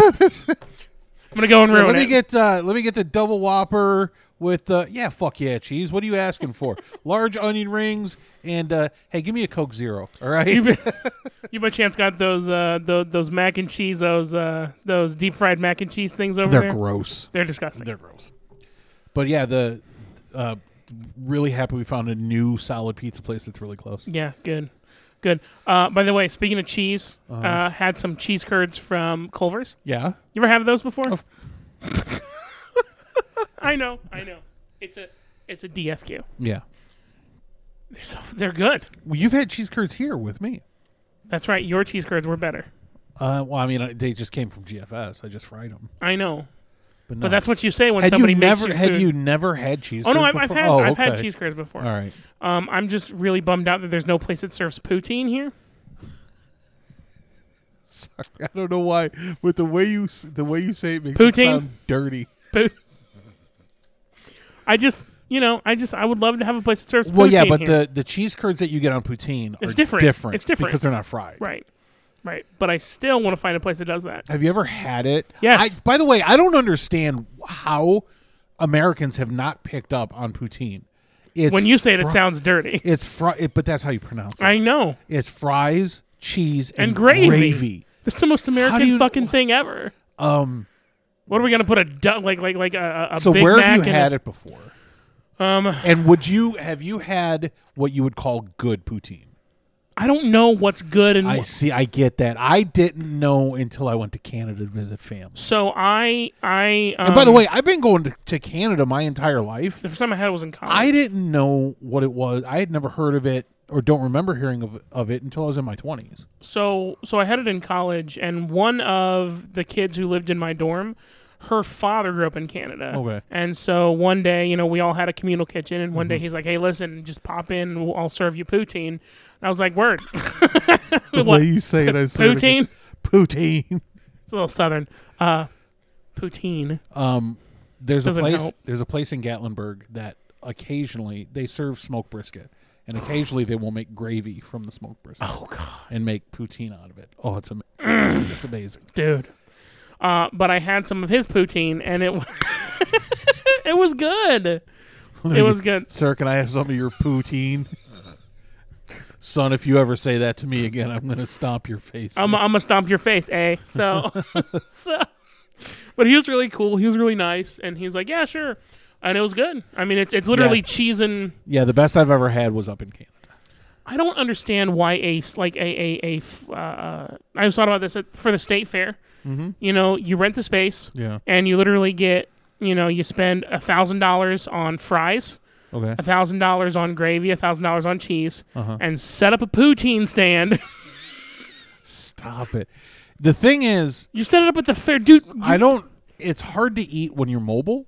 I'm gonna go and ruin
let me
it.
get uh, let me get the double whopper with uh, yeah fuck yeah cheese. What are you asking for? Large onion rings and uh, hey, give me a Coke Zero. All
you,
right.
be- you by chance got those uh those, those mac and cheese those uh those deep fried mac and cheese things over there?
gross.
They're disgusting.
They're gross. But yeah, the uh, really happy we found a new solid pizza place that's really close.
yeah, good, good. Uh, by the way, speaking of cheese, uh
Uh-huh.
had some cheese curds from Culver's.
Yeah.
You ever have those before?
Of-
I know, I know. It's a it's a DFQ.
Yeah.
They're so, they're good.
Well, you've had cheese curds here with me.
That's right. Your cheese curds were better.
Uh, well, I mean, I- they just came from GFS. I just fried them.
I know.
But, no.
But that's what you say when
had
somebody
you
makes
never
you
had
food.
you never had cheese?
Oh no,
curds
I've, I've
before?
had
Oh,
I've had
okay.
cheese curds before.
All right.
Um, I'm just really bummed out that there's no place that serves poutine here.
Sorry, I don't know why, but the way you s- the way you say it makes
Poutine?
it sound dirty.
Pout- I just, you know, I just I would love to have a place that serves
Well,
poutine.
yeah, but
here.
the the cheese curds that you get on poutine
It's
are
different.
different.
It's different.
because they're not fried.
right, right. But I still want to find a place that does that.
Have you ever had it?
Yes.
I, by the way, I don't understand how Americans have not picked up on poutine. It's
When you say it, it
fri-
sounds dirty.
it's fry, it, but that's how you pronounce it.
I know.
it's fries, cheese, and,
And gravy.
gravy.
It's the most American
you-
fucking thing ever.
Um,
What are we gonna put a du- like like like a, a a
so
Big
where
Mac
have you
and a-
had it before? Um, and would you have you had what you would call good poutine?
I don't know what's good and
I
what-
see. I get that. I didn't know until I went to Canada to visit family.
so I I. Um,
And by the way, I've been going to, to Canada my entire life.
the first time I had it was in college.
I didn't know what it was. I had never heard of it or don't remember hearing of, of it until I was in my 20s.
so so I had it in college, and one of the kids who lived in my dorm, her father grew up in Canada.
Okay.
And so one day, you know, we all had a communal kitchen, and one day
Mm-hmm.
he's like, "Hey, listen, just pop in, and we'll, I'll serve you poutine." And I was like, "Word, What?
you say it, I say
poutine."
Poutine.
It's a little southern. Uh, poutine.
Um, there's
Doesn't
a place.
help.
There's a place in Gatlinburg that occasionally they serve smoked brisket, and occasionally they will make gravy from the smoked brisket
Oh God,
and make poutine out of it. Oh, it's amazing! it's amazing.
dude. Uh, but I had some of his poutine, and it wa- it was good. It was good.
Sir, can I have some of your poutine? Son, if you ever say that to me again, I'm going to stomp your face.
I'm, I'm gonna stomp your face, eh? So, so, but he was really cool. He was really nice, and he's like, yeah, sure, and it was good. I mean, it's it's literally
Yeah.
cheese and
yeah, the best I've ever had was up in Canada.
I don't understand why a s- like a a a. f- Uh, uh, I just thought about this at, for the state fair. Mm-hmm. You know, you rent the space,
Yeah.
and you literally get you know you spend a thousand dollars on fries.
Okay.
a thousand dollars on gravy, a thousand dollars on cheese, and set up a poutine stand.
Stop it. The thing is,
You set it up at the fair, dude. you-
I don't. It's hard to eat when you're mobile.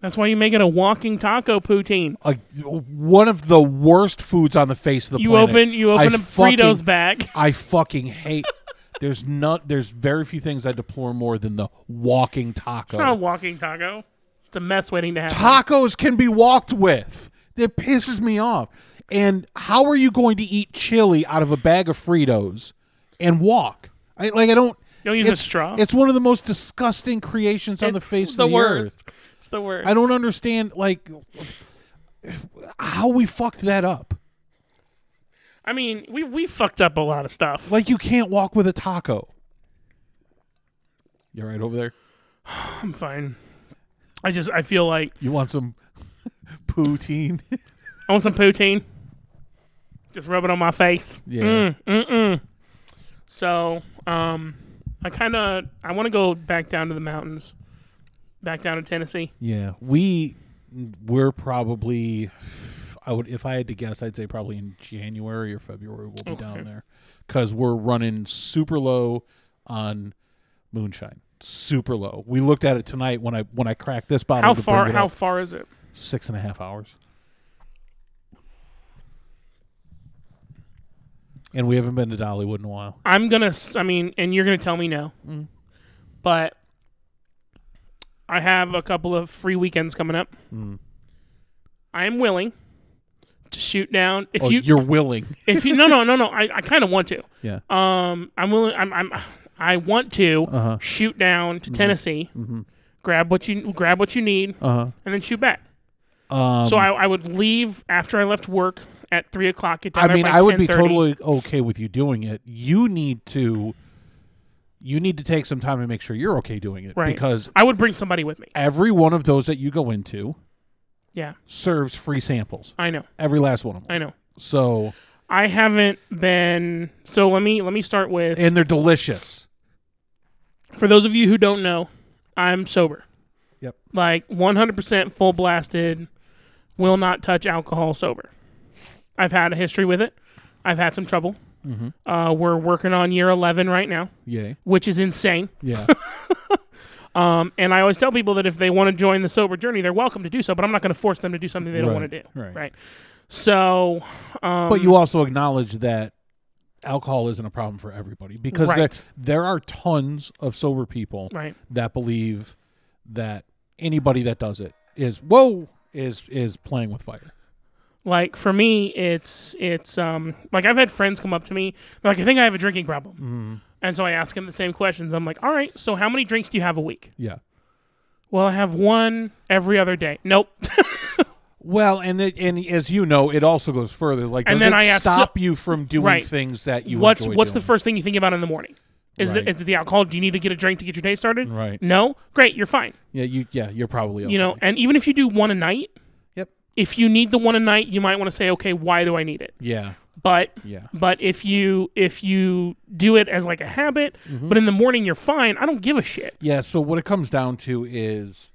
that's why you make it a walking taco poutine.
Like one of the worst foods on the face of the
You
planet.
open you
I
open a Fritos
fucking-
bag.
I fucking hate. there's not. There's very few things I deplore more than the walking taco.
It's not a walking taco. It's a mess waiting to happen.
Tacos can be walked with. That pisses me off. And how are you going to eat chili out of a bag of Fritos and walk? I like. I don't.
You don't use a
it's,
straw?
It's one of the most disgusting creations on the
It's
face
the
of the earth.
worst. It's the worst.
I don't understand like how we fucked that up.
I mean, we we fucked up a lot of stuff.
Like you can't walk with a taco. You're right over there.
I'm fine. I just I feel like
You want some poutine?
I want some poutine. Just rub it on my face.
Yeah.
Mm, mm-mm. So, um, I kind of I want to go back down to the mountains, back down to Tennessee.
yeah, we we're probably I would if I had to guess, I'd say probably in January or February we'll be down there cuz we're running super low on moonshine. Super low. We looked at it tonight when I when I cracked this bottle.
How
to
far?
Bring it
How
up.
far is it?
Six and a half hours. And we haven't been to Dollywood in a while.
I'm gonna. s- I mean, and you're gonna tell me no,
Mm.
but I have a couple of free weekends coming up.
Mm.
I am willing to shoot down if
Oh,
you.
you, are willing.
If you no no no no I, I kind of want to.
Yeah.
Um, I'm willing. I'm. I'm I want to
Uh-huh. Mm-hmm.
shoot down to Tennessee, grab what you grab what you need,
Uh
and then shoot back.
huh. Um,
So I, I would leave after I left work at three o'clock. Get down
I
there
mean,
by
I would be
10:30.
totally okay with you doing it. You need to. You need to take some time to make sure you're okay doing it
Right.
because
I would bring somebody with me.
every one of those that you go into
Yeah,
serves free samples.
I know.
Every last one of them.
I know.
So
I haven't been. So let me let me start with
and they're delicious.
for those of you who don't know, I'm sober.
Yep.
Like 100% full blasted, will not touch alcohol sober. I've had a history with it. I've had some trouble.
Mm-hmm.
Uh, we're working on year 11 right now,
Yay.
which is insane.
Yeah.
Um, and I always tell people that if they want to join the sober journey, they're welcome to do so, but I'm not going to force them to do something they don't
Right,
want to do.
right.
So, um,
but you also acknowledge that alcohol isn't a problem for everybody because
Right.
there, there are tons of sober people
right.
that believe that anybody that does it is whoa is is playing with fire.
Like for me, it's it's um like I've had friends come up to me they're like I think I have a drinking problem,
Mm-hmm.
and so I ask them the same questions. I'm like, all right, so how many drinks do you have a week?
Yeah.
Well, I have one every other day. Nope.
Well, and it, and as you know, it also goes further. Like,
And
does
then I
it
asked-
stop you from doing
Right.
things that you
what's
enjoy
what's the
doing?
first thing you think about in the morning? Is,
Right.
the, is it the alcohol? Do you need to get a drink to get your day started?
Right.
No. Great, you're fine.
Yeah, you yeah, you're probably okay.
You know, and even if you do one a night,
Yep.
if you need the one a night, you might want to say, okay, why do I need it?
Yeah.
But
Yeah.
but if you if you do it as like a habit,
Mm-hmm.
but in the morning you're fine. I don't give a shit.
Yeah, so what it comes down to is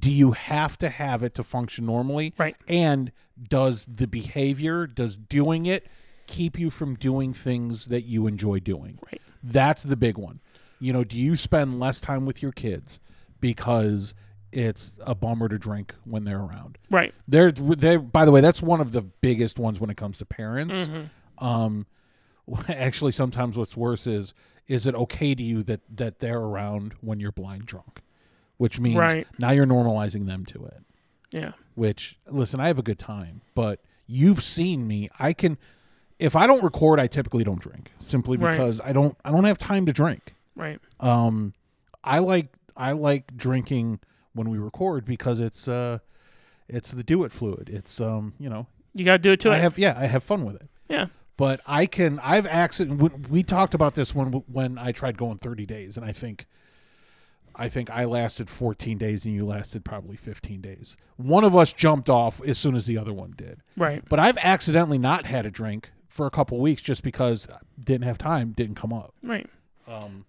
do you have to have it to function normally?
Right.
And does the behavior, does doing it keep you from doing things that you enjoy doing?
Right.
That's the big one. You know, do you spend less time with your kids because it's a bummer to drink when they're around?
Right.
They're, they by the way, that's one of the biggest ones when it comes to parents.
Mm-hmm.
Um, actually, sometimes what's worse is is it okay to you that that they're around when you're blind drunk, which means
Right.
now you're normalizing them to it.
Yeah.
Which listen, I have a good time, but you've seen me. I can, if I don't record, I typically don't drink simply
Right.
because I don't I don't have time to drink.
Right.
Um, I like I like drinking when we record because it's uh, it's the do it fluid. It's um, you know,
You gotta do it to
I
it.
have yeah, I have fun with it.
yeah.
But I can I've accident. When, we talked about this when when I tried going thirty days, and I think. I think I lasted 14 days and you lasted probably 15 days. One of us jumped off as soon as the other one did.
Right.
But I've accidentally not had a drink for a couple weeks just because I didn't have time, didn't come up.
Right.
Um,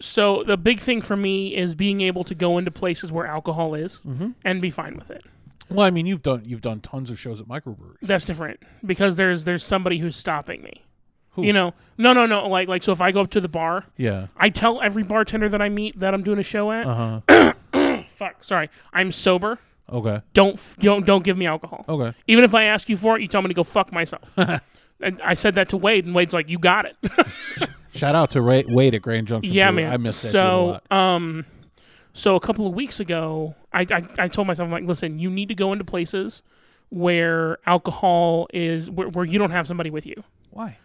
So the big thing for me is being able to go into places where alcohol is
Mm-hmm.
and be fine with it.
Well, I mean, you've done you've done tons of shows at microbreweries.
That's different because there's there's somebody who's stopping me.
Who?
You know, no, no, no. Like, like so, if I go up to the bar,
Yeah.
I tell every bartender that I meet that I'm doing a show at.
Uh
Fuck, sorry, I'm sober.
huh. Okay.
Don't f- don't don't give me alcohol.
Okay.
Even if I ask you for it, you tell me to go fuck myself. and I said that to Wade, and Wade's like, "You got it."
Shout out to Ray- Wade at Grand Junction.
yeah,
Brewery.
man.
I miss that dude a
so,
lot.
um, so a couple of weeks ago, I, I I told myself, I'm like, listen, you need to go into places where alcohol is where, where you don't have somebody with you.
Why?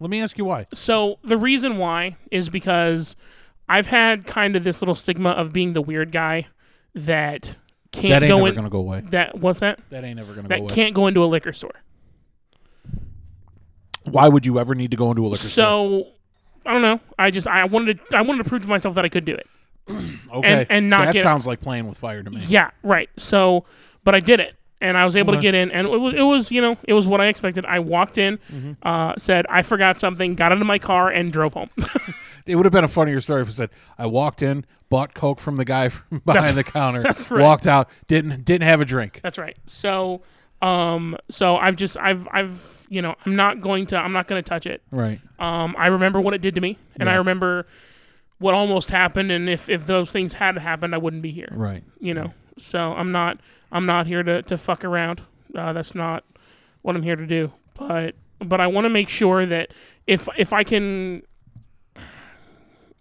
Let me ask you why.
So the reason why is because I've had kind of this little stigma of being the weird guy that can't
That ain't
go
never
in.
gonna go away.
that what's that?
That ain't ever gonna
That
go away.
can't go into a liquor store.
Why would you ever need to go into a liquor store?
So I don't know. I just I wanted to I wanted to prove to myself that I could do it.
Okay.
and not
that
get-
sounds like playing with fire to me.
Yeah, right. So, but I did it, and I was able to
Okay.
get in, and it was, it was you know it was what I expected. I walked in, uh, said I forgot something, got out of my car, and drove home.
It would have been a funnier story if it said I walked in, bought coke from the guy from behind the counter,
that's right.
walked out, didn't didn't have a drink.
That's right. So, um, so I've just I've I've you know I'm not going to I'm not going to touch it.
Right.
Um, I remember what it did to me, and I
Yeah.
remember what almost happened, and if if those things had happened, I wouldn't be here.
Right.
you know. So I'm not I'm not here to, to fuck around. Uh, that's not what I'm here to do. But but I want to make sure that if if I can,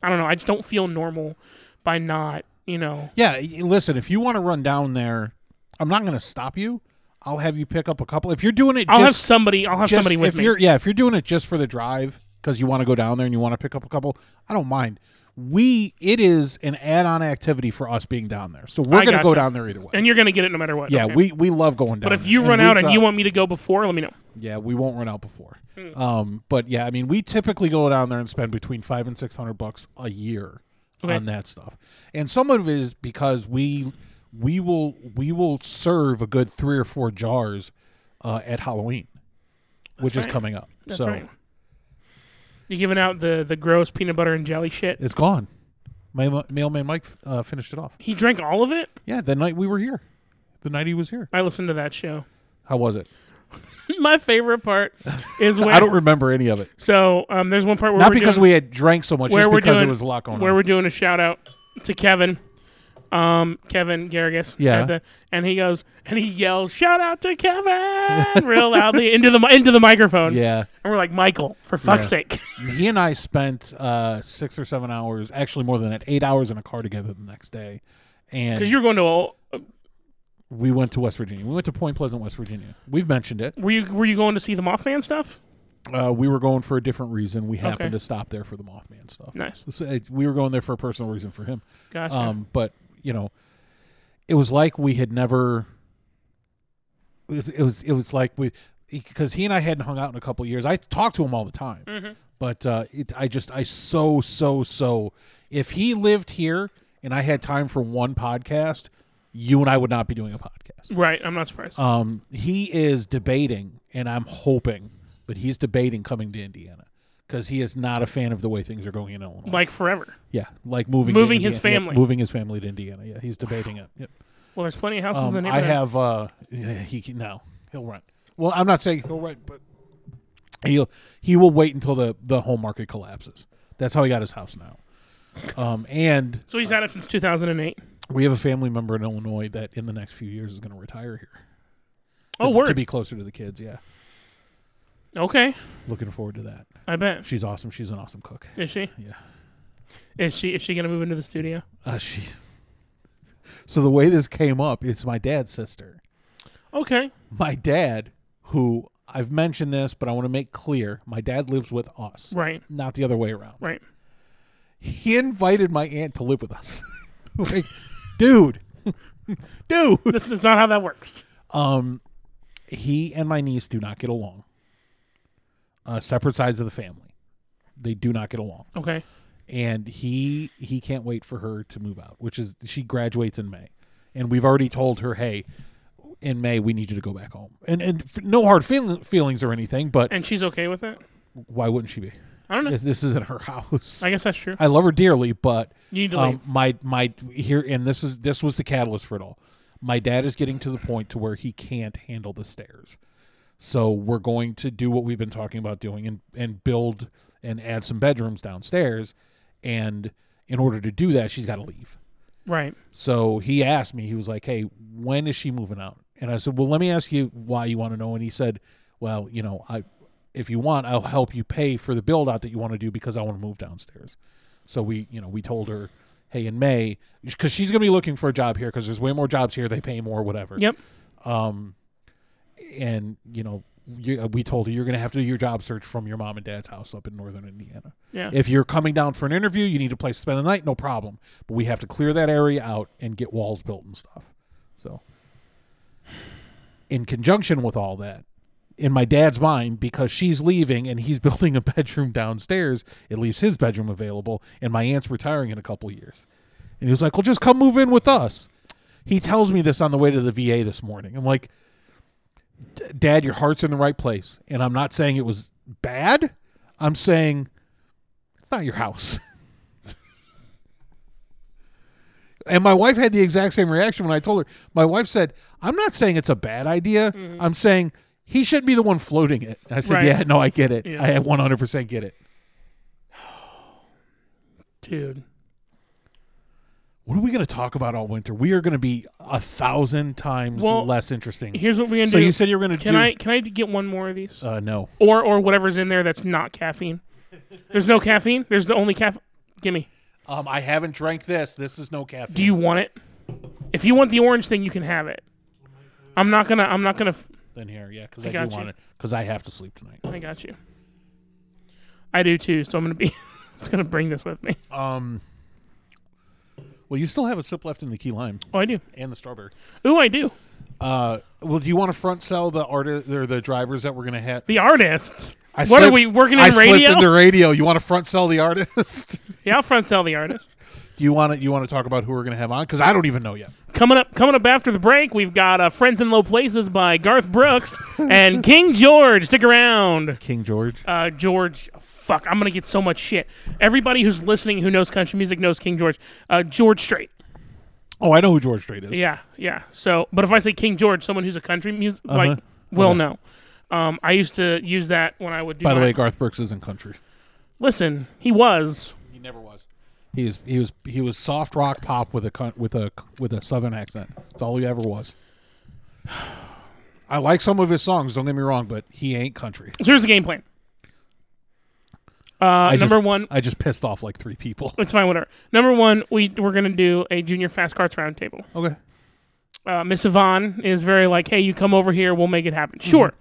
I don't know. I just don't feel normal by not you know.
Yeah, y- listen, if you want to run down there, I'm not going to stop you. I'll have you pick up a couple. If you're doing it
I'll have
just,
somebody. I'll have
just-
somebody with
if
me.
you're yeah, if you're doing it just for the drive cuz you want to go down there and you want to pick up a couple, I don't mind. We it is an add-on activity for us being down there. So we're
I
going to go
gotcha.
down there either way.
and you're gonna get it no matter what.
yeah,
Okay.
we we love going down.
But if
there.
you run
we
out and
drive-
you want Hmm. me to go before, let me know.
yeah, we won't run out before. Um, but yeah, I mean, we typically go down there and spend between five and six hundred bucks a year
Okay.
on that stuff, and some of it is because we we will we will serve a good three or four jars uh, at Halloween, which is
right.
coming up.
That's
so
right. You're giving out the the gross peanut butter and jelly shit.
it's gone. My ma- mailman Mike uh, finished it off.
He drank all of it.
Yeah, the night we were here, the night he was here.
I listened to that show.
How was it?
My favorite part is when
I don't remember any of it.
So um, there's one part where
Not
we're
because
doing,
we had drank so much,
where
just
we're
because
doing-
there was a lot going
where
on.
we're doing a shout out to Kevin, um, Kevin Garrigus.
Yeah.
at the- and he goes and he yells, "Shout out to Kevin!" real loudly into the mi- into the microphone.
Yeah.
And we're like, Michael, for fuck's
Yeah.
sake.
he and I spent uh, six or seven hours, actually more than that, eight hours in a car together the next day,
Because
and
you were going to, a-
we went to West Virginia. We went to Point Pleasant, West Virginia. We've mentioned it.
were you were you going to see the Mothman stuff?
Uh, we were going for a different reason. We happened
Okay.
to stop there for the Mothman stuff.
Nice,
So it- we were going there for a personal reason for him.
gotcha.
Um, but you know, it was like we had never. It was it was, it was like we because he and I hadn't hung out in a couple of years. I talked to him all the time,
Mm. Mm-hmm.
but uh, it, I just I so so so if he lived here and I had time for one podcast, you and I would not be doing a podcast.
right, I'm not surprised.
Um, he is debating, and I'm hoping, but he's debating coming to Indiana because he is not a fan of the way things are going in Illinois.
like forever.
Yeah, like moving to
Moving his
Indiana- yep,
family.
moving his family to Indiana. Yeah, he's debating it. Yep.
Well, there's plenty of houses in the
Um, I
neighborhood.
have uh, yeah, he can- no, he'll rent. Well, I'm not saying he'll rent, but he'll he will wait until the the home market collapses. That's how he got his house now. Um, and
so he's had it since 2008.
we have a family member in Illinois that in the next few years is going to retire here.
Oh,
to,
word.
to be closer to the kids. Yeah,
okay,
looking forward to that.
I bet.
She's awesome. She's an awesome cook.
Is she?
Yeah.
Is she? Is she gonna move into the studio?
Uh, she's so the way this came up, it's my dad's sister.
Okay.
my dad, who I've mentioned this, but I want to make clear, my dad lives with us,
Right.
not the other way around.
Right.
He invited my aunt to live with us. like, dude, dude.
This is not how that works.
Um, he and my niece do not get along. Uh, separate sides of the family, they do not get along,
Okay.
and he he can't wait for her to move out, which is she graduates in May, and we've already told her, hey. In May, we need you to go back home, and and f- no hard feel- feelings or anything, but
And she's okay with it?
why wouldn't she be?
I don't know.
This, this isn't her house. I,
I guess that's true.
love her dearly, but
You need to
um,
leave.
my my here and this is this was the catalyst for it all. My dad is getting to the point to where he can't handle the stairs, So we're going to do what we've been talking about doing and and build and add some bedrooms downstairs. And in order to do that, she's got to leave.
Right.
So he asked me, he was like, Hey, when is she moving out? And I said, Well, let me ask you why you want to know. And he said, Well, you know, I if you want, I'll help you pay for the build out that you want to do because I want to move downstairs. So we, you know, we told her, Hey, in May, because she's gonna be looking for a job here because there's way more jobs here, they pay more, whatever.
Yep.
Um and you know, you, we told her you're going to have to do your job search from your mom and dad's house up in northern Indiana.
Yeah.
If you're coming down for an interview, you need a place to spend the night, no problem. But we have to clear that area out and get walls built and stuff. So, in conjunction with all that, in my dad's mind, because she's leaving and he's building a bedroom downstairs, it leaves his bedroom available, and my aunt's retiring in a couple years. And he was like, Well, just come move in with us. He tells me this on the way to the VA this morning. I'm like, dad your heart's in the right place and i'm not saying it was bad i'm saying it's not your house and my wife had the exact same reaction when i told her my wife said i'm not saying it's a bad idea i'm saying he shouldn't be the one floating it i
Mm-hmm.
said
Right.
yeah no i get it
Yeah.
i 100% get it
Dude.
what are we going to talk about all winter we are going to be a thousand times
Well,
less interesting
Here's what we're gonna
so
do.
you said you were going to
can
do
I can I get one more of these?
uh no
or or whatever's in there that's not caffeine. There's no caffeine. There's the only caffeine. Gimme.
um i haven't drank this this is no caffeine
Do you want it? If you want the orange thing, you can have it. I'm not gonna. I'm not gonna. F-
than here. Yeah, because
I
I, do
got you.
want it. Because I have to sleep tonight.
I got you. I do too. So I'm gonna be. It's gonna bring this with me.
Um. Well, you still have a sip left in the key lime
Oh, I do.
and the strawberry.
Ooh, I do.
Uh, well, do you want to front sell the artist or the drivers that we're gonna have?
The artists.
I
what are
slipped-
we working in
I slipped
radio?
into radio. You want to front sell the artist?
yeah, I'll front sell the artists.
do you want to you want to talk about who we're gonna have on? Because I don't even know yet.
Coming up, coming up after the break, we've got uh, "Friends in Low Places" by Garth Brooks and King George. Stick around.
King George.
uh, George. Fuck, I'm gonna get so much shit. Everybody who's listening who knows country music knows King George. Uh, George Strait.
Oh, I know who George Strait is.
Yeah, yeah. So, but if I say King George, someone who's a country music like
Uh-huh.
will
Okay.
know. Um, I used to use that when I would do.
By the
my-
way, Garth Brooks isn't country.
listen, he was.
He never was. He was he was he was soft rock pop with a cunt- with a with a southern accent. That's all he ever was. I like some of his songs. Don't get me wrong, but he ain't country.
So here's the game plan. Uh,
I
number
just-
one,
I just pissed off like three people.
it's fine, whatever. Number one, we we're gonna do a junior fast carts roundtable.
Okay.
uh, Miss Yvonne is very like, hey, you come over here, we'll make it happen. Sure.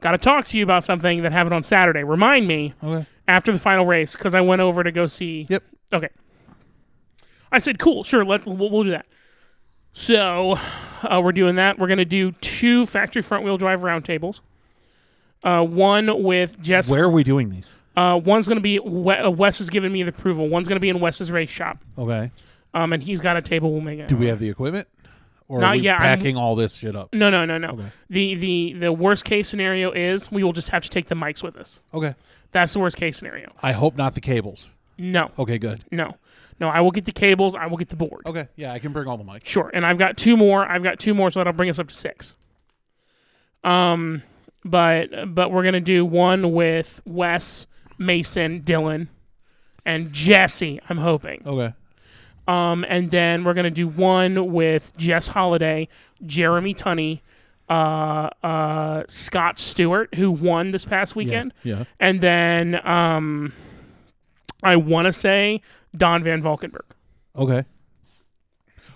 Got to talk to you about something that happened on Saturday. Remind me
Okay.
after the final race because I went over to go see.
Yep.
Okay. I said, cool, sure, let, we'll, we'll do that. So uh, we're doing that. We're going to do two factory front wheel drive roundtables. Uh, one with Jess.
Where are we doing these?
Uh, one's going to be, we- uh, Wes has given me the approval. One's going to be in Wes's race shop.
Okay.
Um, and he's got a table. We'll make it.
Do we have the equipment? Or are
Not
we
yet, I'm-
backing all this shit up?
No, no, no, no.
Okay.
The the the worst case scenario is we will just have to take the mics with us.
Okay.
That's the worst case scenario.
I hope not the cables.
No,
Okay, good.
no, no. I will get the cables. I will get the board.
Okay. Yeah, I can bring all the mics.
Sure. And I've got two more. I've got two more, so that'll bring us up to six. Um, but but we're gonna do one with Wes, Mason, Dylan, and Jesse. I'm hoping.
Okay.
Um, and then we're gonna do one with Jess Holiday, Jeremy Tunney, uh, uh, Scott Stewart, who won this past weekend,
Yeah.
and then um, I want to say Don Van Valkenburg.
Okay.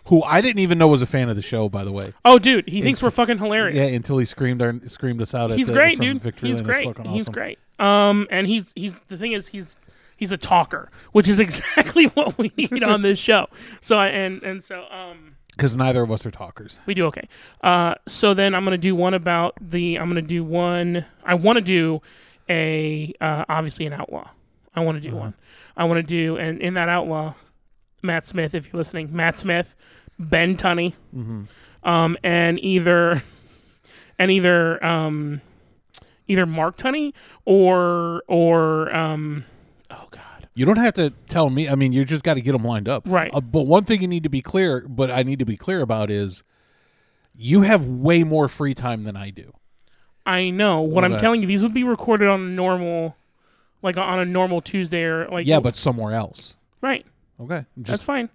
Who I didn't even know was a fan of the show, by the way.
Oh, dude, he thinks
It's-
we're fucking hilarious.
Yeah, until he screamed our, screamed us out.
he's
at the,
great,
from
dude.
Victory
he's
Lane. That's
great.
fucking
He's
awesome.
great. Um, and he's he's the thing is he's he's a talker, which is exactly what we need on this show. So I and and so um.
Because neither of us are talkers.
We do okay. Uh, so then I'm gonna do one about the. I'm gonna do one. I want to do a uh, obviously an outlaw. I want to
Uh-huh.
do one. I want to do and in that outlaw, Matt Smith. If you're listening, Matt Smith, Ben Tunney,
Mm-hmm.
um, and either and either um, either Mark Tunney or or um, oh god,
You don't have to tell me. I mean, you just got to get them lined up.
Right.
Uh, but one thing you need to be clear, but I need to be clear about is you have way more free time than I do.
I know. What I'm
about-
telling you, these would be recorded on a normal, like on a normal Tuesday or like.
yeah, but somewhere else.
right.
Okay,
That's
just
fine.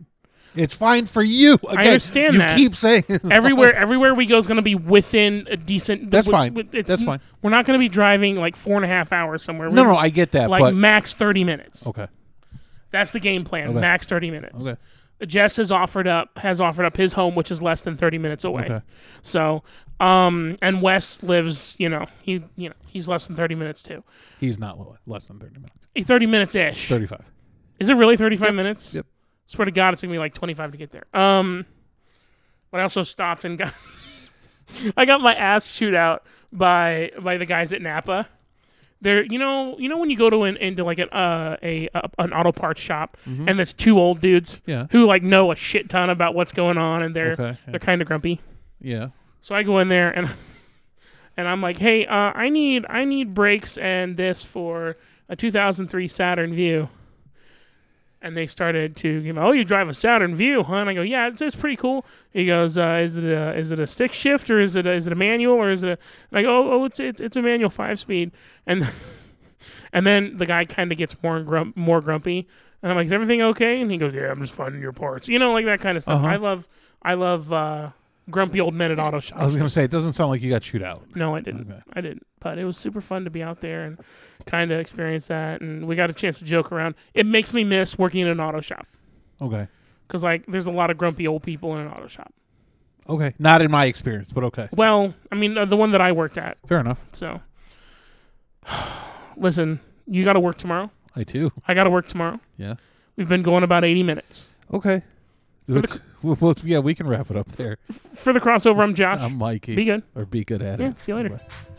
it's fine for you. Again,
understand
You
that.
keep saying
Everywhere, everywhere we go is going to be within a decent.
That's
wi-
fine.
wi- it's-
That's fine.
We're not going to be driving like four and a half hours somewhere. We're
No,
gonna
no, I get that,
like
but
max thirty minutes.
okay,
That's the game plan.
Okay.
Max thirty minutes.
okay,
Jess has offered up has offered up his home, which is less than thirty minutes away.
okay.
So, um, and Wes lives, you know, he you know he's less than thirty minutes too.
He's not low, less than thirty minutes.
He's thirty minutes ish.
Thirty-five.
Is it really 35 minutes?
yep.
Swear to God, it took me like 25 to get there. Um, but I also stopped and got, I got my ass chewed out by by the guys at Napa. They're you know you know when you go to an into like an uh, a, a an auto parts shop
Mm-hmm.
and there's two old dudes
Yeah.
who like know a shit ton about what's going on and they're
Okay, yeah.
they're kind of grumpy.
Yeah.
So I go in there and and I'm like, hey, uh, I need I need brakes and this for a 2003 Saturn View. And they started to give me, oh, you drive a Saturn View, huh? And I go, yeah, it's, it's pretty cool. He goes, uh, is it a is it a stick shift or is it a, is it a manual or is it a? And I go, oh, oh it's, it's it's a manual five speed. And and then the guy kind of gets more grump more grumpy. And I'm like, is everything okay? And he goes, yeah, I'm just finding your parts, you know, like that kind of stuff.
Uh-huh.
I love I love uh, grumpy old men at auto shops.
I was gonna say it doesn't sound like you got chewed out.
No, I didn't.
Okay.
I didn't. But it was super fun to be out there and kind of experience that. And we got a chance to joke around. It makes me miss working in an auto shop
Okay.
because, like, there's a lot of grumpy old people in an auto shop.
Okay. Not in my experience, but okay.
Well, I mean, uh, the one that I worked at.
Fair enough.
So, listen, you got to work tomorrow.
I do.
I got to work tomorrow.
Yeah.
We've been going about 80 minutes.
Okay.
the-
Let's- we'll- we'll- yeah, we can wrap it up there.
For the crossover, I'm Josh.
I'm Mikey.
Be good.
Or be good at
Yeah,
it.
see you later.
Bye.